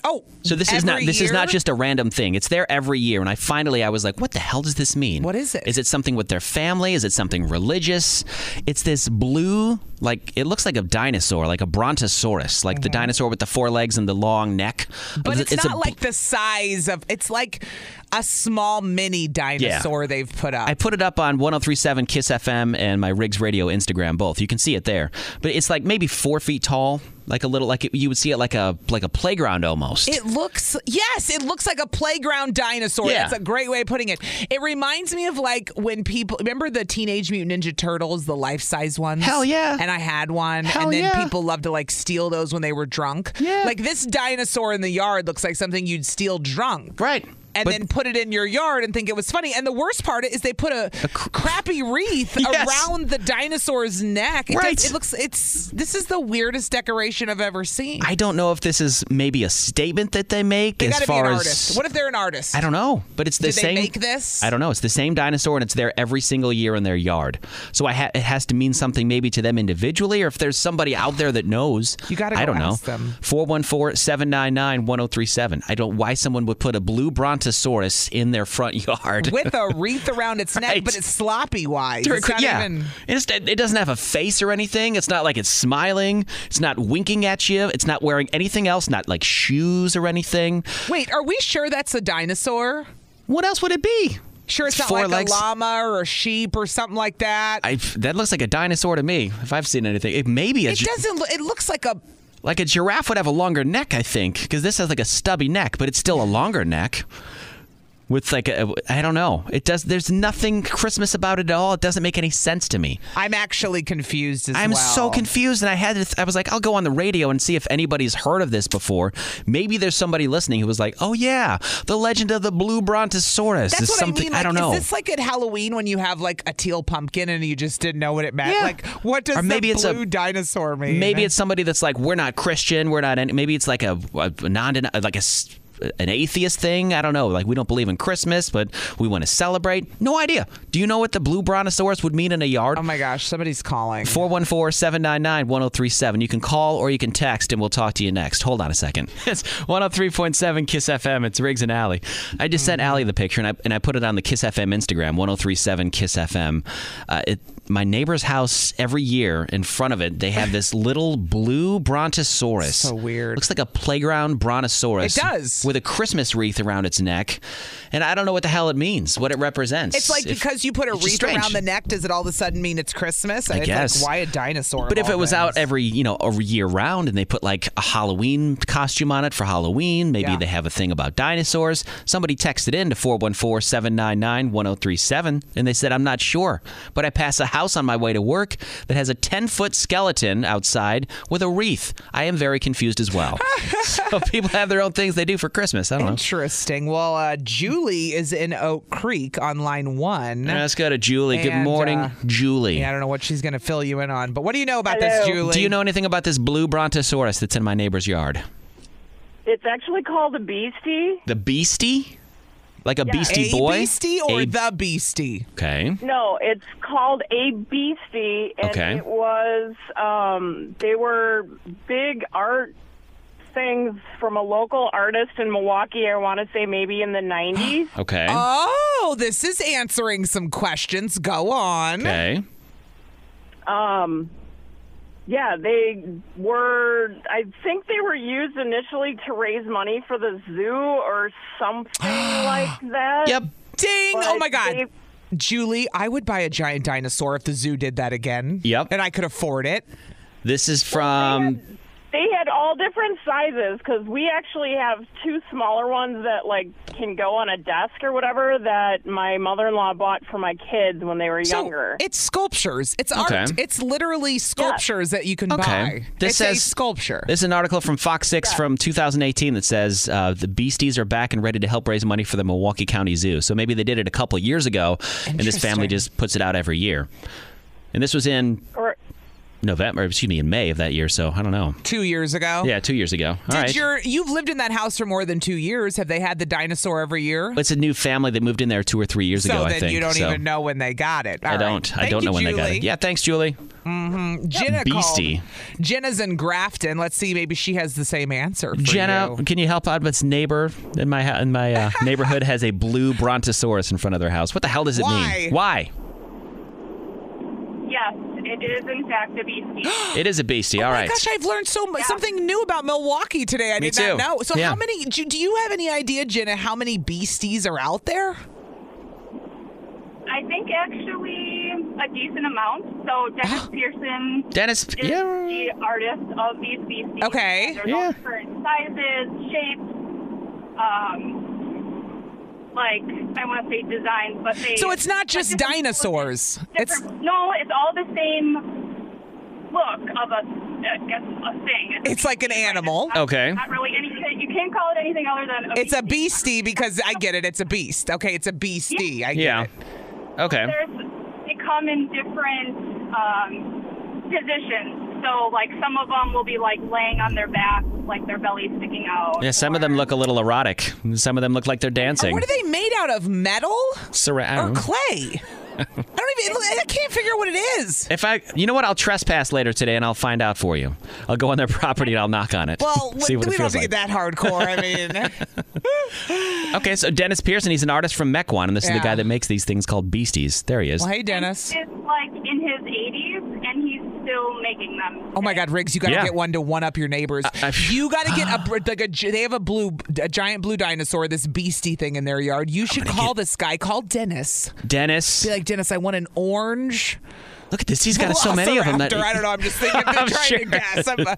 S3: oh.
S4: So this is not
S3: every
S4: this is not
S3: year?
S4: just a random thing. It's there every year, and I finally I was like, what the hell does this mean?
S3: What is it?
S4: Is it something with their family? Is it something religious? It's this blue, like it looks like a dinosaur, like a brontosaurus, like the dinosaur with the four legs and the long neck.
S3: Mm-hmm. But it's,
S4: a
S3: not
S4: bl-
S3: like the size of it's like a small mini dinosaur they've put up.
S4: I put it up on 1037 Kiss FM and my Riggs Radio Instagram both. You can see it there. But it's like maybe four feet tall, like a little like it, you would see it like a like a playground almost.
S3: It looks yes, it looks like a playground dinosaur.
S4: Yeah.
S3: That's a great way of putting it. It reminds me of like when people remember the Teenage Mutant Ninja Turtles, the life size ones.
S4: Hell yeah.
S3: And I had one.
S4: Hell
S3: and then
S4: yeah.
S3: people loved to like steal those when they were drunk.
S4: Yeah.
S3: Like this dinosaur in the yard looks like something you'd steal drunk.
S4: right.
S3: And
S4: But-
S3: then put it in your yard and think it was funny. And the worst part is they put a,
S4: cr-
S3: crappy wreath
S4: Yes.
S3: around the dinosaur's neck. It does-
S4: Right.
S3: it looks. It's this is the weirdest decoration I've ever seen.
S4: I don't know if this is maybe a statement that they make
S3: they
S4: as
S3: gotta
S4: far
S3: be an
S4: as
S3: artist. What if they're an artist?
S4: I don't know, but it's the
S3: Did they
S4: same.
S3: make this?
S4: I don't know. It's the same dinosaur, and it's there every single year in their yard. So I ha- it has to mean something maybe to them individually, or if there's somebody out there that knows.
S3: You gotta
S4: I
S3: go
S4: don't know.
S3: ask them.
S4: 414-799-1037. I don't why someone would put a blue brontosaurus in their front yard.
S3: with a wreath around its neck,
S4: Right.
S3: but it's sloppy wise.
S4: They're-
S3: It's not
S4: yeah,
S3: even.
S4: It's- it doesn't have a face or anything. It's not like it's smiling. It's not winking at you. It's not wearing anything else. Not like shoes or anything.
S3: Wait, are we sure that's a dinosaur?
S4: What else would it be?
S3: Sure, it's, not
S4: It's four
S3: like
S4: legs.
S3: a llama or a sheep or something like that.
S4: I that looks like a dinosaur to me. If I've seen anything, it maybe a
S3: it
S4: gi-
S3: doesn't. Look, it looks like a.
S4: like a giraffe would have a longer neck. I think because this has like a stubby neck, but it's still a longer neck. With like a, I don't know. It does. There's nothing Christmas about it at all. It doesn't make any sense to me.
S3: I'm actually confused as
S4: I'm
S3: well.
S4: so confused, and I had to th- I was like, I'll go on the radio and see if anybody's heard of this before. Maybe there's somebody listening who was like, Oh yeah, the legend of the blue brontosaurus
S3: That's
S4: is
S3: what
S4: something
S3: I mean. Like,
S4: don't know.
S3: Is this like at Halloween when you have like a teal pumpkin and you just didn't know what it meant?
S4: Yeah.
S3: Like, what does
S4: Or maybe
S3: the
S4: it's a-
S3: blue dinosaur mean?
S4: Maybe it's somebody that's like, we're not Christian, we're not. Any, maybe it's like a, a non, like a s- an atheist thing. I don't know. Like we don't believe in Christmas, but we want to celebrate. No idea. Do you know what the blue brontosaurus would mean in a yard?
S3: Oh my gosh, somebody's calling.
S4: 414-799-1037. You can call or you can text, and we'll talk to you next. Hold on a second. It's 103.7 KISS FM. It's Riggs and Alley. I just sent Alley the picture, and I, and I put it on the KISS FM Instagram, 1037 KISS FM. Uh, it, my neighbor's house, every year, in front of it, they have this little blue brontosaurus.
S3: So weird.
S4: Looks like a playground brontosaurus.
S3: It does.
S4: With a Christmas wreath around its neck. And I don't know what the hell it means, what it represents.
S3: It's like
S4: If-
S3: because you put a
S4: it's just
S3: wreath
S4: strange.
S3: around the neck, does it all of a sudden mean it's Christmas? it's
S4: guess.
S3: like why a dinosaur? of
S4: But if
S3: all
S4: it was out
S3: things?
S4: every, you know, a year round and they put like a Halloween costume on it for Halloween, maybe
S3: Yeah.
S4: they have a thing about dinosaurs. Somebody texted in to 414 799 1037 and they said, I'm not sure, but I pass a house on my way to work that has a 10 foot skeleton outside with a wreath. I am very confused as well. so people have their own things they do for Christmas. I don't know.
S3: Interesting. Well, uh, Julie is in Oak Creek on line one.
S4: Let's go to Julie. Good
S3: And,
S4: morning,
S3: uh,
S4: Julie.
S3: yeah, I don't know what she's going to fill you in on, but what do you know about this,
S6: Hello.
S3: Julie?
S4: Do you know anything about this blue brontosaurus that's in my neighbor's yard?
S6: It's actually called a beastie.
S4: The beastie? Like a Beastie
S3: A
S4: Boy?
S3: beastie or
S4: A-
S3: the beastie?
S4: Okay.
S6: No, it's called a beastie, and
S4: Okay.
S6: it was um, they were big art things from a local artist in Milwaukee. I want to say maybe in the nineties.
S4: Okay.
S3: Oh, this is answering some questions. Go on.
S4: okay.
S6: um, yeah, they were. I think they were used initially to raise money for the zoo or something like that.
S4: Yep.
S3: Ding!
S6: But
S3: oh my God.
S6: they-
S3: Julie, I would buy a giant dinosaur if the zoo did that again.
S4: Yep.
S3: And I could afford it.
S4: This is from
S6: They had all different sizes because we actually have two smaller ones that like can go on a desk or whatever that my mother-in-law bought for my kids when they were younger.
S3: So it's sculptures. It's
S4: Okay.
S3: art. It's literally sculptures that you can
S4: Okay.
S3: buy.
S4: This
S3: it's
S4: says
S3: a sculpture.
S4: This is an article from Fox 6 from 2018 that says uh, the Beasties are back and ready to help raise money for the Milwaukee County Zoo. So maybe they did it a couple years ago, and this family
S3: Interesting.
S4: just puts it out every year. And this was in
S6: or,
S4: November, excuse me, in May of that year. So I don't know.
S3: two years ago.
S4: Yeah, two years ago. All right.
S3: Oh. Did your you've lived in that house for more than two years? Have they had the dinosaur every year?
S4: It's a new family that moved in there two or three years
S3: so
S4: ago.
S3: then
S4: I think.
S3: you don't
S4: So
S3: even know when they got it.
S4: I
S3: All right.
S4: don't. I
S3: Thank
S4: don't
S3: you,
S4: know when they got
S3: Julie.
S4: it. Yeah, thanks, Julie.
S3: Jenna
S4: Beastie.
S3: called. Jenna's in Grafton. Let's see. Maybe she has the same answer. For
S4: Jenna,
S3: you.
S4: can you help out? Its neighbor in my ha- in my uh, neighborhood has a blue brontosaurus in front of their house. What the hell does it
S3: Why?
S4: mean? Why?
S7: Yes, it is in fact a beastie.
S4: It is a beastie. All
S3: Oh my
S4: right.
S3: gosh, I've learned so much, something new about Milwaukee today. I
S4: Me
S3: did not
S4: too.
S3: know. So
S4: Yeah.
S3: how many? Do, do you have any idea, Jenna? How many beasties are out there?
S7: I think actually a decent amount. So
S3: Ah.
S7: Dennis Pearson
S4: Dennis,
S7: is
S4: yeah.
S7: the artist of these beasties.
S3: Okay.
S7: There's
S4: Yeah.
S7: all different sizes, shapes, um, like I want to say designs, but they.
S3: So it's not just
S7: different-
S3: dinosaurs. It's
S7: different- no, it's all the same look of a, I guess, a thing.
S3: It's like an animal.
S4: Okay.
S7: Not really anything. You can't call it anything other than a
S3: it's a beastie because I get it. It's a beast. Okay, it's a beastie. I get
S4: Yeah.
S3: it.
S4: Okay.
S7: there's they come in different um, positions. So like some of them will be like laying on their back, like their belly sticking out.
S4: Yeah, some of them
S7: or-
S4: look a little erotic. Some of them look like they're dancing.
S3: Uh, What are they made out of? Metal
S4: Sera- I
S3: or
S4: don't know.
S3: clay? I don't even. I can't figure out what it is.
S4: if I, you know what, I'll trespass later today and I'll find out for you. I'll go on their property and I'll knock on it.
S3: Well,
S4: see what
S3: we
S4: it
S3: don't have
S4: feels
S3: to get
S4: like.
S3: that hardcore. I mean,
S4: Okay, so Dennis Pearson, he's an artist from Mequon, and this is
S3: Yeah.
S4: the guy that makes these things called beasties. There he is.
S3: well, hey, Dennis.
S7: It's like in his 80s, and he's still making them.
S3: Oh my God, Riggs, you got to
S4: Yeah.
S3: get one to one up your neighbors.
S4: I've-
S3: you got to get a br- like a gi- they have a blue a giant blue dinosaur, this beastie thing in their yard. You should call this guy. Call Dennis.
S4: Dennis,
S3: Be like Dennis, I want an orange.
S4: look at this. He's got so many of them. That,
S3: Velociraptor. I don't know. I'm just thinking. They're
S4: I'm
S3: trying
S4: sure.
S3: to guess. I'm a,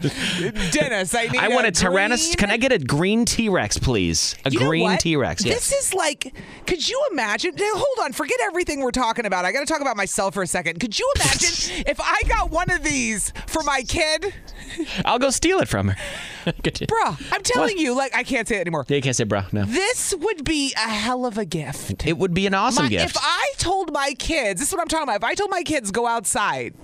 S3: Dennis, I need.
S4: I want a
S3: green-
S4: Tyrannosaurus. Can I get a green T Rex, please? A
S3: You know
S4: green
S3: what?
S4: T Rex. Yes.
S3: This is like, could you imagine? Now, hold on, forget everything we're talking about. I got to talk about myself for a second. Could you imagine if I got one of these for my kid?
S4: I'll go steal it from her. Good.
S3: Bruh, I'm telling
S4: What?
S3: you, like, I can't say it anymore.
S4: Yeah, you can't say bro. No.
S3: This would be a hell of a gift.
S4: It would be an awesome
S3: My-
S4: gift.
S3: If I told my kids, this is what I'm talking about. If I told my kids go outside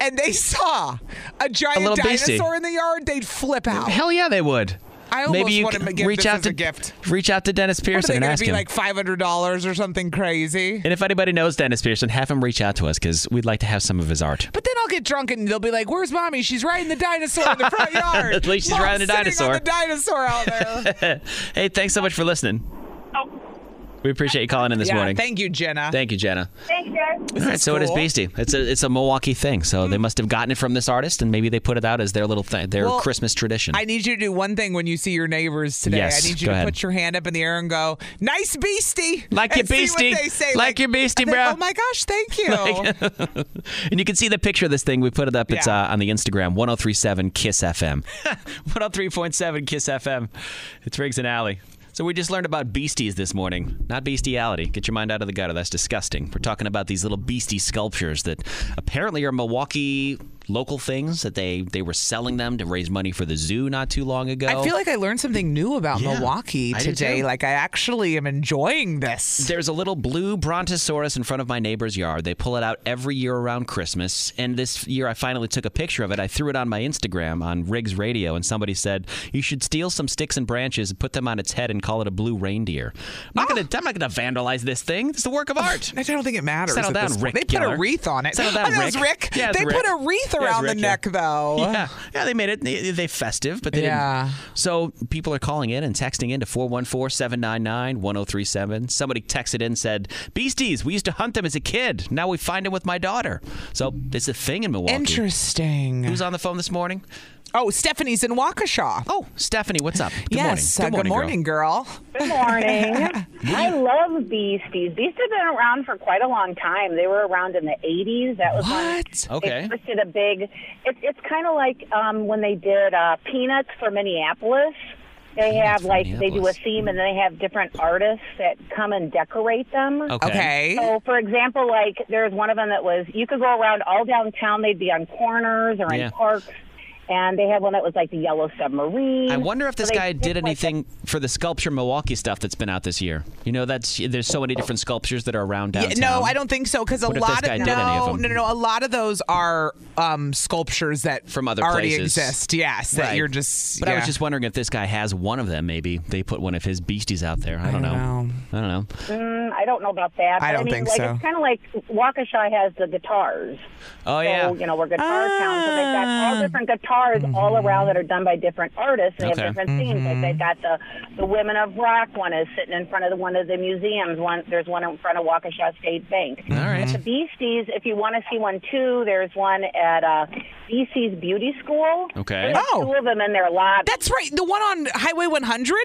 S3: and they saw a giant
S4: little
S3: dinosaur
S4: beastie.
S3: in the yard, they'd flip out.
S4: Hell yeah, they would.
S3: I almost
S4: Maybe you
S3: wanna
S4: could
S3: give
S4: reach
S3: this
S4: out
S3: as
S4: to
S3: a gift.
S4: Reach out to Dennis
S3: What are
S4: Pearson
S3: they
S4: and
S3: going
S4: ask
S3: to be
S4: him.
S3: like five hundred dollars or something crazy?
S4: and if anybody knows Dennis Pearson, have him reach out to us because we'd like to have some of his art.
S3: But then I'll get drunk and they'll be like, "Where's mommy? She's riding the dinosaur in the front yard."
S4: At least she's
S3: Mom's
S4: riding a
S3: sitting on the
S4: dinosaur."
S3: dinosaur out there.
S4: Hey, thanks so much for listening.
S7: Oh,
S4: We appreciate you calling in this
S3: yeah,
S4: morning.
S3: thank you, Jenna.
S4: Thank you, Jenna.
S7: thanks, guys.
S4: All right,
S3: is
S4: so it is
S3: cool. Hmm.
S4: Beastie. It's a it's a Milwaukee thing. So they must have gotten it from this artist, and maybe they put it out as their little thing, their
S3: Well,
S4: Christmas tradition.
S3: I need you to do one thing when you see your neighbors today.
S4: Yes,
S3: I need you
S4: go
S3: to
S4: ahead.
S3: put your hand up in the air and go, "Nice beastie,"
S4: Like your
S3: and see what
S4: beastie.
S3: they say.
S4: Like your beastie,
S3: I think,
S4: bro.
S3: Oh my gosh, thank you.
S4: and you can see the picture of this thing. We put it up. It's
S3: Yeah.
S4: uh, on the Instagram, 1037 Kiss FM. 103.7 Kiss FM. It's Riggs and Alley. So we just learned about beasties this morning, not bestiality. Get your mind out of the gutter. That's disgusting. We're talking about these little beastie sculptures that apparently are Milwaukee local things that they they were selling them to raise money for the zoo not too long ago.
S3: I feel like I learned something new about
S4: Yeah,
S3: Milwaukee
S4: I do
S3: today.
S4: too.
S3: Like I actually am enjoying this.
S4: There's a little blue brontosaurus in front of my neighbor's yard. They pull it out every year around Christmas. And this year I finally took a picture of it. I threw it on my Instagram on Riggs Radio, and somebody said, You should steal some sticks and branches and put them on its head and call it a blue reindeer. I'm not gonna I'm not gonna vandalize this thing. It's a work of art.
S3: I don't think it matters.
S4: Settle
S3: at
S4: down,
S3: this point.
S4: Rick
S3: They put a
S4: Geller.
S3: wreath on it.
S4: Settle
S3: oh,
S4: down,
S3: that
S4: Rick.
S3: was Rick.
S4: Yeah, it's
S3: they
S4: Rick.
S3: put a wreath
S4: Yeah, it's
S3: around
S4: Rick,
S3: the
S4: yeah.
S3: neck, though.
S4: Yeah, yeah, they made it. They, they festive, but they
S3: Oh, Yeah.
S4: didn't. So people are calling in and texting in to 414-799-1037. Somebody texted in and said, "Beasties, we used to hunt them as a kid. Now we find them with my daughter." So it's a thing in Milwaukee.
S3: Interesting.
S4: Who's on the phone this morning?
S3: oh, Stephanie's in Waukesha.
S4: Oh, Stephanie, what's up? Good
S3: yes.
S4: morning.
S3: uh, good morning, girl.
S8: Good morning. I love Beasties. Beasties have been around for quite a long time. They were around in the 80s. That was when
S3: What?
S4: girl. Okay.
S8: They first did a big. It's it's kind of like um, when they did uh, Peanuts for Minneapolis. They
S4: Peanuts
S8: have
S4: for
S8: like they do a
S4: Minneapolis.
S8: theme and they have different artists that come and decorate them.
S4: Okay.
S3: Okay.
S8: So, for example, like there's one of them that was you could go around all downtown. They'd be on corners or in
S4: Yeah.
S8: parks, and they had one that was like the Yellow Submarine.
S4: I wonder if
S8: So
S4: this
S8: they
S4: guy did
S8: picked, like, the-
S4: anything for the sculpture Milwaukee stuff that's been out this year. You know, that's there's so many different sculptures that are around
S3: Yeah,
S4: downtown.
S3: no, I don't think so because a
S4: What if this
S3: lot
S4: guy
S3: of
S4: did
S3: no,
S4: any of them?
S3: no, no, no. A lot of those are um, sculptures that
S4: From other
S3: already
S4: places.
S3: exist. Yes, that
S4: Right.
S3: you're just.
S4: But I was
S3: yeah.
S4: just wondering if this guy has one of them. Maybe they put one of his beasties out there. I
S3: don't
S4: don't, know.
S3: know.
S4: I don't know.
S8: I don't know about that.
S3: I
S8: but
S3: don't
S8: mean,
S3: think
S8: like,
S3: so.
S8: It's kind of like Waukesha has the guitars.
S4: Oh yeah. Ah.
S8: So, you know, we're guitar town, so they've got all different guitars all around that are done by different artists and
S4: Mm-hmm. Okay. Mm-hmm.
S8: have different themes. Like they've got the the Women of Rock one is sitting in front of the, one of the museums. One there's one in front of Waukesha State Bank.
S4: All right.
S8: The Beasties, if you want to see one too, there's one at uh, BC's Beauty School.
S4: Okay.
S8: There's
S3: Oh.
S8: two of them in their lobby.
S3: That's right. The one on Highway 100.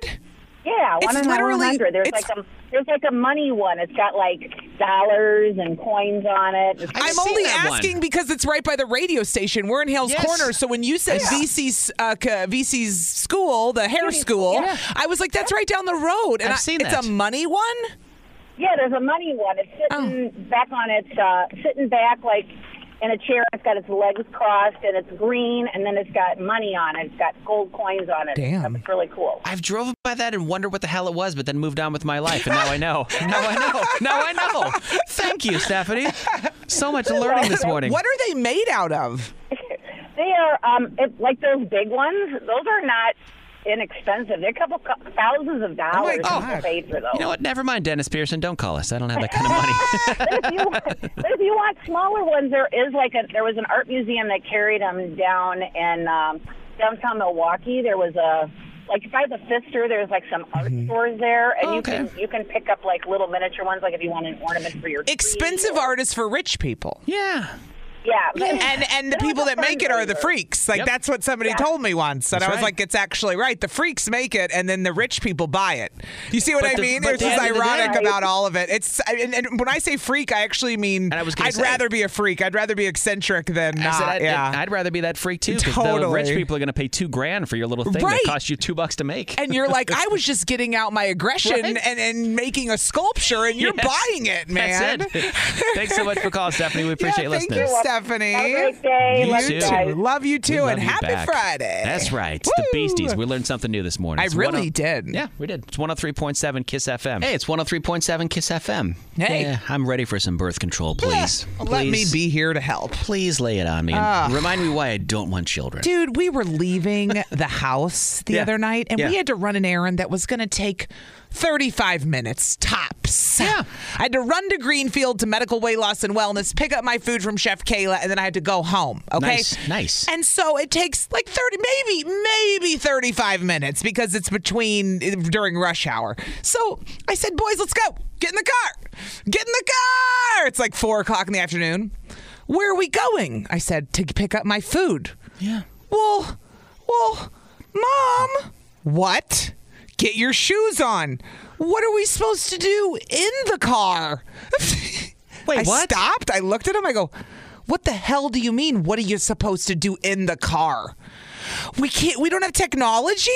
S8: Yeah,
S3: It's
S8: one in
S3: literally-
S8: literally, 100. There's
S3: it's-
S8: like a there's like a money one. It's got like dollars and coins on it. It's
S3: I'm
S4: seen
S3: only
S4: that one.
S3: asking because it's right by the radio station. We're in Hales
S4: Yes.
S3: Corner, so when you said VC's uh, c- VC's school, the hair school, I was like, that's right down the road. And I-
S4: I've seen
S3: it's
S4: that.
S3: a money one.
S8: Yeah, there's a money one. It's
S3: Oh.
S8: sitting back on its uh, sitting back like in a chair. It's got its legs crossed and it's green, and then it's got money on it. It's got gold coins on it.
S3: Damn.
S8: Stuff. it's really cool.
S4: I've drove by that and wondered what the hell it was, but then moved on with my life, and now I know. Now I know. Now I know. Thank you, Stephanie. So much learning this morning.
S3: What are they made out of?
S8: They are um it, like those big ones. Those are not inexpensive. They're a couple cou- thousands of dollars
S3: God.
S8: people paid for those.
S4: You know what? Never mind, Dennis Pearson. Don't call us. I don't have that kind of money.
S8: but if you want, but if you want smaller ones, there is like a there was an art museum that carried them down in um, downtown Milwaukee. There was a like by the Fister, there's like some art
S3: Mm-hmm.
S8: stores there, and
S3: Oh,
S8: you
S4: Okay.
S8: can you can pick up like little miniature ones, like if you want an ornament for your tree
S3: Expensive
S8: or-
S3: artists for rich people.
S4: yeah.
S8: Yeah,
S3: And and the
S8: They're
S3: people
S8: like
S3: that
S8: a
S3: make it are the
S8: fundraiser.
S3: freaks. Like
S4: Yep.
S3: that's what somebody told me once, and
S4: That's
S3: I was
S4: right.
S3: like, it's actually right. The freaks make it, and then the rich people buy it. You see what
S4: But
S3: I
S4: the-
S3: mean?
S4: but
S3: It's
S4: the
S3: just
S4: end of the day-
S3: ironic about all of it. It's I- and, and when I say freak, I actually mean
S4: I was gonna
S3: I'd
S4: say-
S3: rather be a freak. I'd rather be eccentric than
S4: I
S3: not.
S4: said I'd,
S3: yeah.
S4: I'd rather be that freak too, because the rich
S3: Totally.
S4: people are going to pay two grand for your little thing
S3: Right.
S4: that cost you two bucks to make.
S3: and you're like, I was just getting out my aggression
S4: Right?
S3: and, and making a sculpture, and you're
S4: Yes.
S3: buying it, man.
S4: That's it. Thanks so much for calling, Stephanie. We appreciate
S3: yeah,
S4: listening.
S3: thank you, Stephanie.
S8: Have a great day.
S4: You
S8: Love
S4: too.
S8: you guys.
S3: Love you too,
S4: We love
S3: and
S4: you
S3: happy
S4: back.
S3: Friday.
S4: That's right.
S3: Woo!
S4: The Beasties. We learned something new this morning.
S3: I
S4: It's
S3: really
S4: 10
S3: did.
S4: Yeah, we did. It's 103.7 Kiss FM. Hey, it's 103.7 Kiss FM.
S3: Hey.
S4: Yeah, I'm ready for some birth control, please.
S3: Let me
S4: Please.
S3: be here to help.
S4: Please lay it on me. and remind me why I don't want children.
S3: Dude, we were leaving the house the
S4: Yeah.
S3: other night and we
S4: Yeah.
S3: had to run an errand that was going to take 35 minutes tops.
S4: Yeah.
S3: I had to run to Greenfield to Medical Weight Loss and Wellness, pick up my food from Chef Kayla, and then I had to go home. Okay.
S4: Nice, nice.
S3: And so it takes like 30, maybe, maybe 35 minutes because it's between during rush hour. So I said, boys, let's go. Get in the car. Get in the car. It's like four o'clock in the afternoon. Where are we going? I said, to pick up my food.
S4: Yeah.
S3: Well, well, mom. What? Get your shoes on. What are we supposed to do in the car?
S4: Wait,
S3: I
S4: what?
S3: stopped. I looked at him. I go, "What the hell do you mean? What are you supposed to do in the car? We can't. We don't have technology."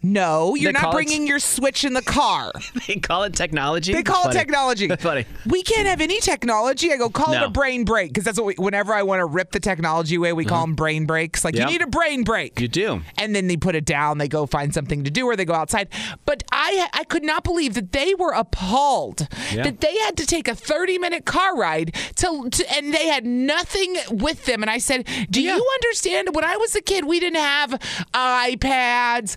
S3: No, you're
S4: They
S3: not
S4: call it-
S3: bringing your Switch in the car.
S4: They call it technology.
S3: They call
S4: Funny.
S3: it technology.
S4: Funny.
S3: We can't have any technology. I go call it
S4: No.
S3: a brain break because that's what. We, whenever I want to rip the technology away, we call them brain breaks. Like
S4: Mm-hmm. Yep.
S3: you need a brain break.
S4: You do.
S3: And then they put it down. They go find something to do, or they go outside. But I, I could not believe that they were appalled
S4: Yeah.
S3: that they had to take a thirty-minute car ride to, to, and they had nothing with them. And I said, "Do you understand? When I was a kid, we didn't have iPads,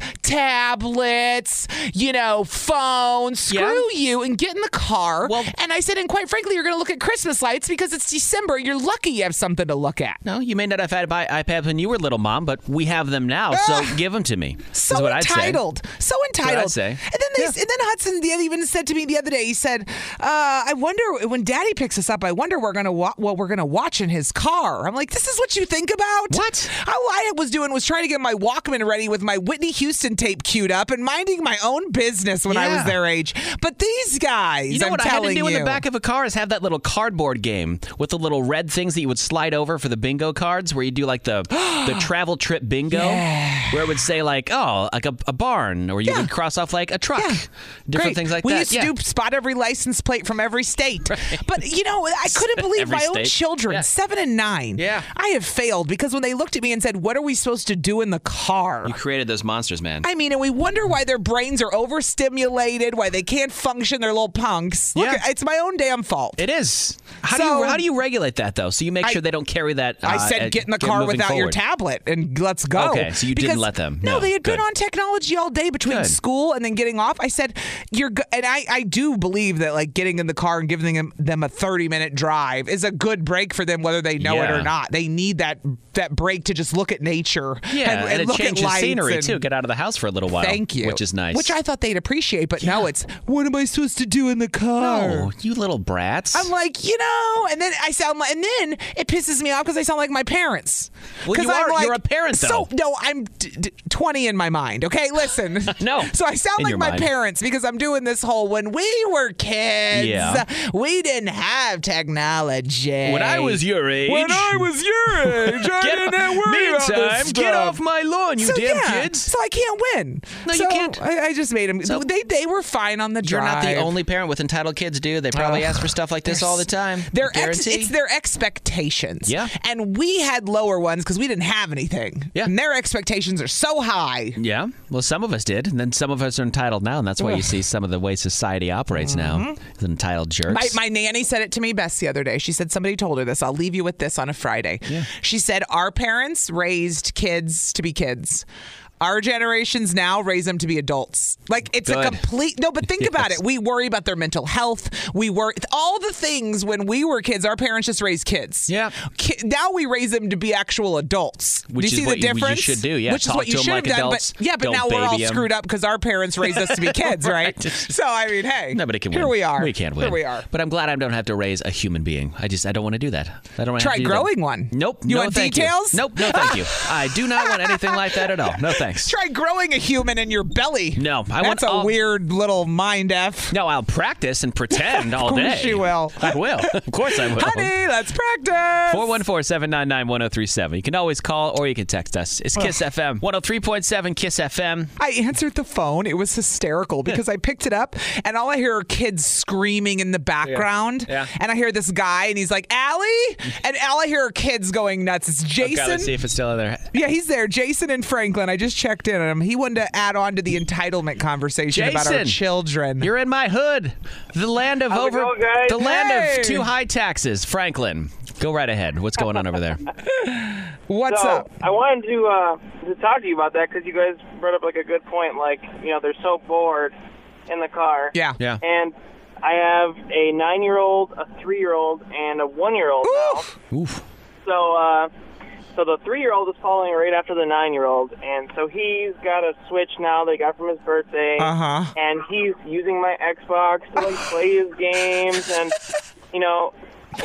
S3: tablets, you know, phones.
S4: Yeah.
S3: Screw you and get in the car.
S4: Well-
S3: and I said, and quite frankly, you're going to look at Christmas lights because it's December. You're lucky you have something to look at.
S4: No, you may not have had bi- iPads when you were little, mom, but we have them now.
S3: Ah!
S4: so give them to me.
S3: So
S4: is what I'd say.
S3: entitled, so entitled.
S4: say.
S3: And then they, and then Hudson the- even said to me the other day. He said, uh, "I wonder when Daddy picks us up. I wonder we're gonna wa- what we're gonna watch in his car." I'm like, "This is what you think about?"
S4: What?
S3: All I was doing was trying to get my Walkman ready with my Whitney Houston tape queued up and minding my own business when I was
S4: Yeah.
S3: their age. But these guys,
S4: You know
S3: I'm
S4: what I had
S3: telling
S4: to do
S3: you,
S4: in the back of a car is have that little cardboard game with the little red things that you would slide over for the bingo cards, where you do like the the travel trip bingo, where it would say like oh like a, a barn, or you
S3: Yeah.
S4: would cross off like a truck,
S3: Yeah.
S4: different
S3: Great.
S4: things like
S3: we
S4: that.
S3: used
S4: Yeah.
S3: to do spot every license plate from every state. But you know, I couldn't believe
S4: Every
S3: my own
S4: state.
S3: children,
S4: Yeah.
S3: seven and nine.
S4: Yeah.
S3: I have failed because when they looked at me and said, "What are we supposed to do in the car?"
S4: You created those monsters, man.
S3: I mean, and we wonder why their brains are overstimulated, why they can't function, they're little punks. Look,
S4: Yeah.
S3: it's my own damn fault.
S4: it is. How do
S3: So-
S4: you how do you regulate that though? So you make
S3: I-
S4: sure they don't carry that.
S3: I
S4: uh,
S3: said,
S4: uh,
S3: get in the car
S4: moving
S3: without your
S4: forward."
S3: tablet and let's go.
S4: Okay, so you didn't let them.
S3: No,
S4: No,
S3: they had been
S4: good.
S3: on technology all day between
S4: Good.
S3: school and then getting off. I said, you're, go-, and I, I do believe that like getting in the car and giving them, them a 30 minute drive is a good break for them, whether they know it or
S4: Yeah.
S3: not. They need that, that break to just look at nature
S4: Yeah, and, it
S3: look
S4: changes
S3: at lights
S4: scenery
S3: and-
S4: too. Get out of the house for a little while.
S3: Thank you.
S4: which is nice.
S3: Which I thought they'd appreciate, but no, it's what am I supposed to do in the car?
S4: oh, you little brats.
S3: I'm like, you know, and then I sound like, and then it pisses me off because I sound like my parents.
S4: Well,
S3: 'Cause
S4: you
S3: I'm
S4: are-
S3: like-
S4: you're a parent,
S3: So
S4: though.
S3: no, I'm d- d- 20 in my mind. Okay, listen.
S4: No,
S3: So I sound
S4: in
S3: like
S4: your
S3: my
S4: mind.
S3: parents because I'm doing this whole when we were kids,
S4: Yeah.
S3: we didn't have technology.
S4: when I was your age,
S3: when I was your age, I
S4: Get
S3: didn't have worry about this
S4: meantime, get
S3: stuff.
S4: off my lawn, you
S3: so,
S4: damn
S3: yeah,
S4: kids.
S3: So I can't win.
S4: No, you
S3: So
S4: can't.
S3: I, I just made them.
S4: So-
S3: they they were fine on the
S4: You're
S3: drive.
S4: not the only parent with entitled kids, dude. They probably
S3: Ugh,
S4: ask for stuff like this
S3: they're
S4: all the
S3: s-
S4: time.
S3: Their ex-
S4: guarantee.
S3: it's their expectations.
S4: Yeah.
S3: And we had lower ones because we didn't have anything.
S4: Yeah.
S3: And their expectations are so high.
S4: yeah, well, some of us did, and then some of us are entitled now, and that's why you see some of the way society operates now. is Entitled
S3: Mm-hmm. My,
S4: jerks.
S3: my nanny said it to me best the other day. She said somebody told her this. I'll leave you with this on a Friday. She said our parents raised kids to be kids. Our generations now raise them to be adults. Like it's a
S4: Good.
S3: complete no, but think about it. We worry about their mental health. We worry all the things when we were kids. Our parents just raised kids.
S4: Yeah.
S3: Ki- now we raise them to be actual adults.
S4: Which
S3: do
S4: is
S3: you see
S4: what
S3: the
S4: you- you
S3: difference?
S4: should do, yeah.
S3: Which is
S4: Talk
S3: what you
S4: to 'em
S3: should have
S4: like
S3: done.
S4: adults.
S3: But yeah, but
S4: Don't
S3: now we're all
S4: baby 'em.
S3: screwed up because our parents raised us to be kids, right? So I mean, hey,
S4: Nobody can
S3: Here
S4: win.
S3: we are.
S4: We can't win.
S3: Here we are.
S4: But I'm glad I don't have to raise a human being. I just I don't want to do that. I don't want
S3: Try
S4: to do
S3: growing
S4: that.
S3: one.
S4: Nope.
S3: You
S4: no,
S3: want
S4: thank
S3: details?
S4: You. Nope. No, thank you. I do not want anything like that at all. No, thanks.
S3: Try growing a human in your belly.
S4: No, I want
S3: that's a
S4: all-
S3: weird little mind f.
S4: No, I'll practice and pretend all day.
S3: course you will.
S4: I will. Of course I will.
S3: Honey, let's practice.
S4: 414 799 1037. You can always call or you can text us. It's Kiss FM. 103.7 Kiss FM.
S3: I answered the phone. It was hysterical because I picked it up and all I hear are kids screaming in the background.
S4: Yeah.
S3: And I hear this guy and he's like, Allie? And all I hear are kids going nuts. It's
S4: God,
S3: Jason.
S4: let's see if it's still in there.
S3: yeah, he's there. Jason and Franklin. I just checked in on him. He wanted to add on to the entitlement conversation about our
S4: Jason,
S3: children.
S4: You're in my hood. The land of
S9: it
S4: over.
S9: going, guys?
S4: The land
S3: Hey!
S4: of too high taxes. Franklin, go right ahead. What's going on over there?
S3: What's
S9: so
S3: up?
S9: I wanted to uh, to talk to you about that because you guys brought up like a good point. Like you know they're so bored in the car.
S3: Yeah.
S4: Yeah.
S9: And I have a nine-year-old, a three-year-old, and a one-year-old now.
S3: Oof.
S4: Oof.
S9: So uh, so the three-year-old is following right after the nine-year-old, and so he's got a Switch now that he got from his birthday,
S3: Uh
S4: Uh-huh.
S3: huh.
S9: and he's using my Xbox to like play his games, and you know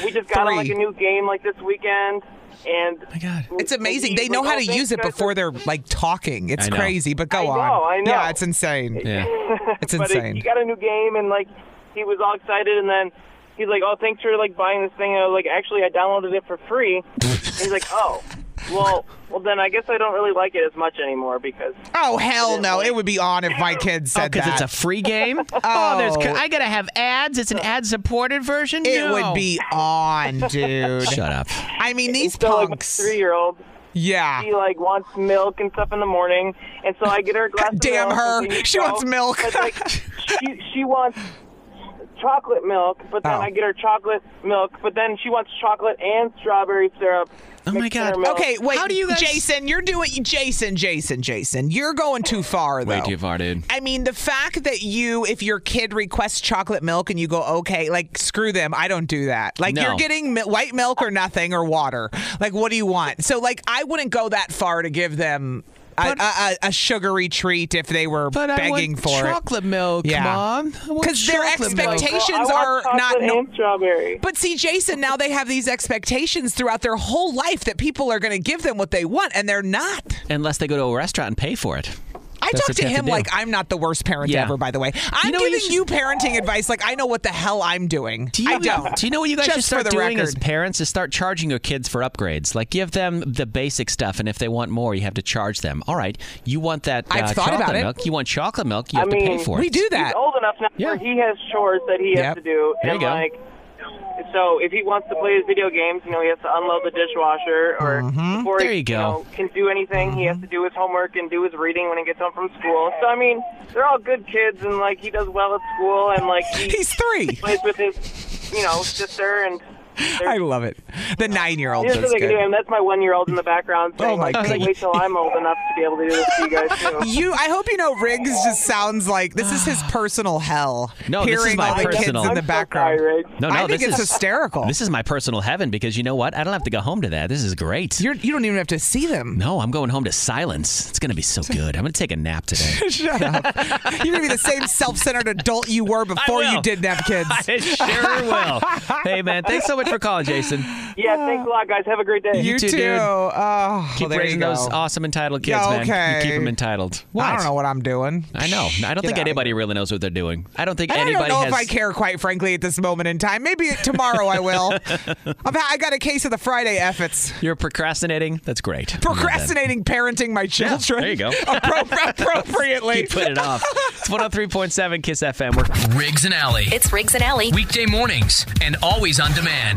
S9: we just got him like
S3: Three.
S9: a new game like this weekend. And
S4: Oh My God.
S3: It's amazing. They know how to use it before they're like talking. It's
S4: I know.
S3: crazy, but go
S9: oh, I
S3: on.
S9: know, I know.
S3: Yeah, it's insane.
S4: Yeah.
S3: It's
S9: but
S3: insane.
S9: he got a new game and like he was all excited and then he's like, "Oh, thanks for like buying this thing." And I was like, "Actually, I downloaded it for free." and he's like, "Oh." Well, well, then I guess I don't really like it as much anymore because
S3: Oh hell no! It would be on if my kids said
S10: because
S3: that.
S10: Oh, it's a free game. oh, there's
S3: Oh.
S10: I gotta have ads. It's an ad-supported version.
S3: it
S10: No.
S3: would be on, dude.
S4: Shut up.
S3: I mean, these
S9: so like my
S3: punks. Ah.
S9: three-year-old.
S3: yeah.
S9: She like wants milk and stuff in the morning, and so I get her a glass. of
S3: Damn
S9: milk,
S3: her.
S9: and we
S3: She
S9: go.
S3: wants milk.
S9: But, like, she she wants chocolate milk, but then
S3: Oh.
S9: I get her chocolate milk, but then she wants chocolate and strawberry syrup.
S4: Oh my
S9: mixed in her
S4: God.
S9: milk.
S3: Okay, wait.
S10: How do you guys-
S3: Jason, you're doing Jason, Jason, Jason. You're going too far though.
S4: Way too far, dude.
S3: I mean, the fact that you, if your kid requests chocolate milk and you go, okay, like, screw them, I don't do that. Like,
S4: No.
S3: you're getting mi- white milk or nothing or water. Like, what do you want? So, like, I wouldn't go that far to give them a,
S10: But-
S3: a, a, a sugary treat if they were
S10: But I
S3: begging
S10: want
S3: for it.
S10: chocolate milk,
S3: Yeah.
S10: mom. I want
S3: 'Cause their
S10: chocolate milk.
S3: expectation-
S9: I
S3: Patients
S9: want
S3: are not
S9: chocolate
S3: no-
S9: and strawberry.
S3: But see, Jason, now they have these expectations throughout their whole life that people are going to give them what they want, and they're not.
S4: Unless they go to a restaurant and pay for it.
S3: I
S4: That's
S3: talk
S4: what
S3: to
S4: you have
S3: him
S4: to do.
S3: like I'm not the worst parent
S4: Yeah.
S3: ever, by the way. I'm
S4: know what you
S3: giving
S4: should-
S3: you parenting advice like I know what the hell I'm doing.
S4: Do you,
S3: I don't.
S4: Do you know what you guys
S3: Just
S4: should
S3: for
S4: start
S3: the
S4: doing
S3: record.
S4: as parents is start charging your kids for upgrades. Like give them the basic stuff, and if they want more, you have to charge them. All right, you want that
S3: I've
S4: uh,
S3: thought
S4: chocolate
S3: about it.
S4: milk? You want chocolate milk? You
S9: I
S4: have to pay
S9: mean,
S4: for it.
S3: We do that.
S9: He's old enough now
S4: Yeah.
S9: where he has chores that he
S3: Yep.
S9: has to do,
S4: There you
S9: and
S4: go.
S9: like, so if he wants to play his video games, you know, he has to unload the dishwasher, or
S3: Mm-hmm.
S9: before
S4: There
S9: he
S4: you go.
S9: know, can do anything, he has to do his homework and do his reading when he gets home from school. So I mean, they're all good kids, and like he does well at school, and like he
S3: He's three.
S9: plays with his, you know, sister and.
S3: I love it. The nine-year-old
S9: Here's
S3: is
S9: what they can do,
S3: good.
S9: and that's my one-year-old in the background saying,
S3: Oh, my
S9: like, I can't
S3: God.
S9: wait till I'm old enough to be able to do this to you guys too.
S3: You, I hope you know. Riggs just sounds like this is his personal hell.
S4: No, this
S3: hearing
S4: is my
S3: all
S4: personal-
S3: the kids in
S9: I'm
S3: the
S9: so
S3: background.
S9: sorry, Riggs.
S4: No, no,
S3: I think
S4: this
S3: it's
S4: is
S3: hysterical.
S4: This is my personal heaven because you know what? I don't have to go home to that. This is great.
S3: You're, you don't even have to see them.
S4: no, I'm going home to silence. It's gonna be so good. I'm gonna take a nap today.
S3: Shut up. You're gonna be the same self-centered adult you were before you
S4: will.
S3: didn't have kids.
S4: I sure will. hey man, thanks so much for calling, Jason.
S9: Yeah, thanks a lot, guys. Have a great day.
S3: you,
S4: too,
S3: too.
S4: dude.
S3: Oh,
S4: Keep
S3: there
S4: raising
S3: you go.
S4: those awesome entitled kids,
S3: Yeah,
S4: man. You keep
S3: okay.
S4: them entitled. What?
S3: I don't know what I'm doing.
S4: I know. I don't
S3: Get
S4: think
S3: out of
S4: anybody really knows what they're doing. I don't think
S3: And I
S4: anybody
S3: don't know
S4: has.
S3: if I care, quite frankly, at this moment in time. Maybe tomorrow I will. I've ha- I got a case of the Friday efforts.
S4: You're procrastinating. That's great. I love that.
S3: Procrastinating parenting my children.
S4: there you go.
S3: Appro- appropriately.
S4: Keep putting it off. It's 103.7 Kiss FM. We're
S1: Riggs and Alley.
S2: It's Riggs and Alley.
S1: Weekday mornings and always on demand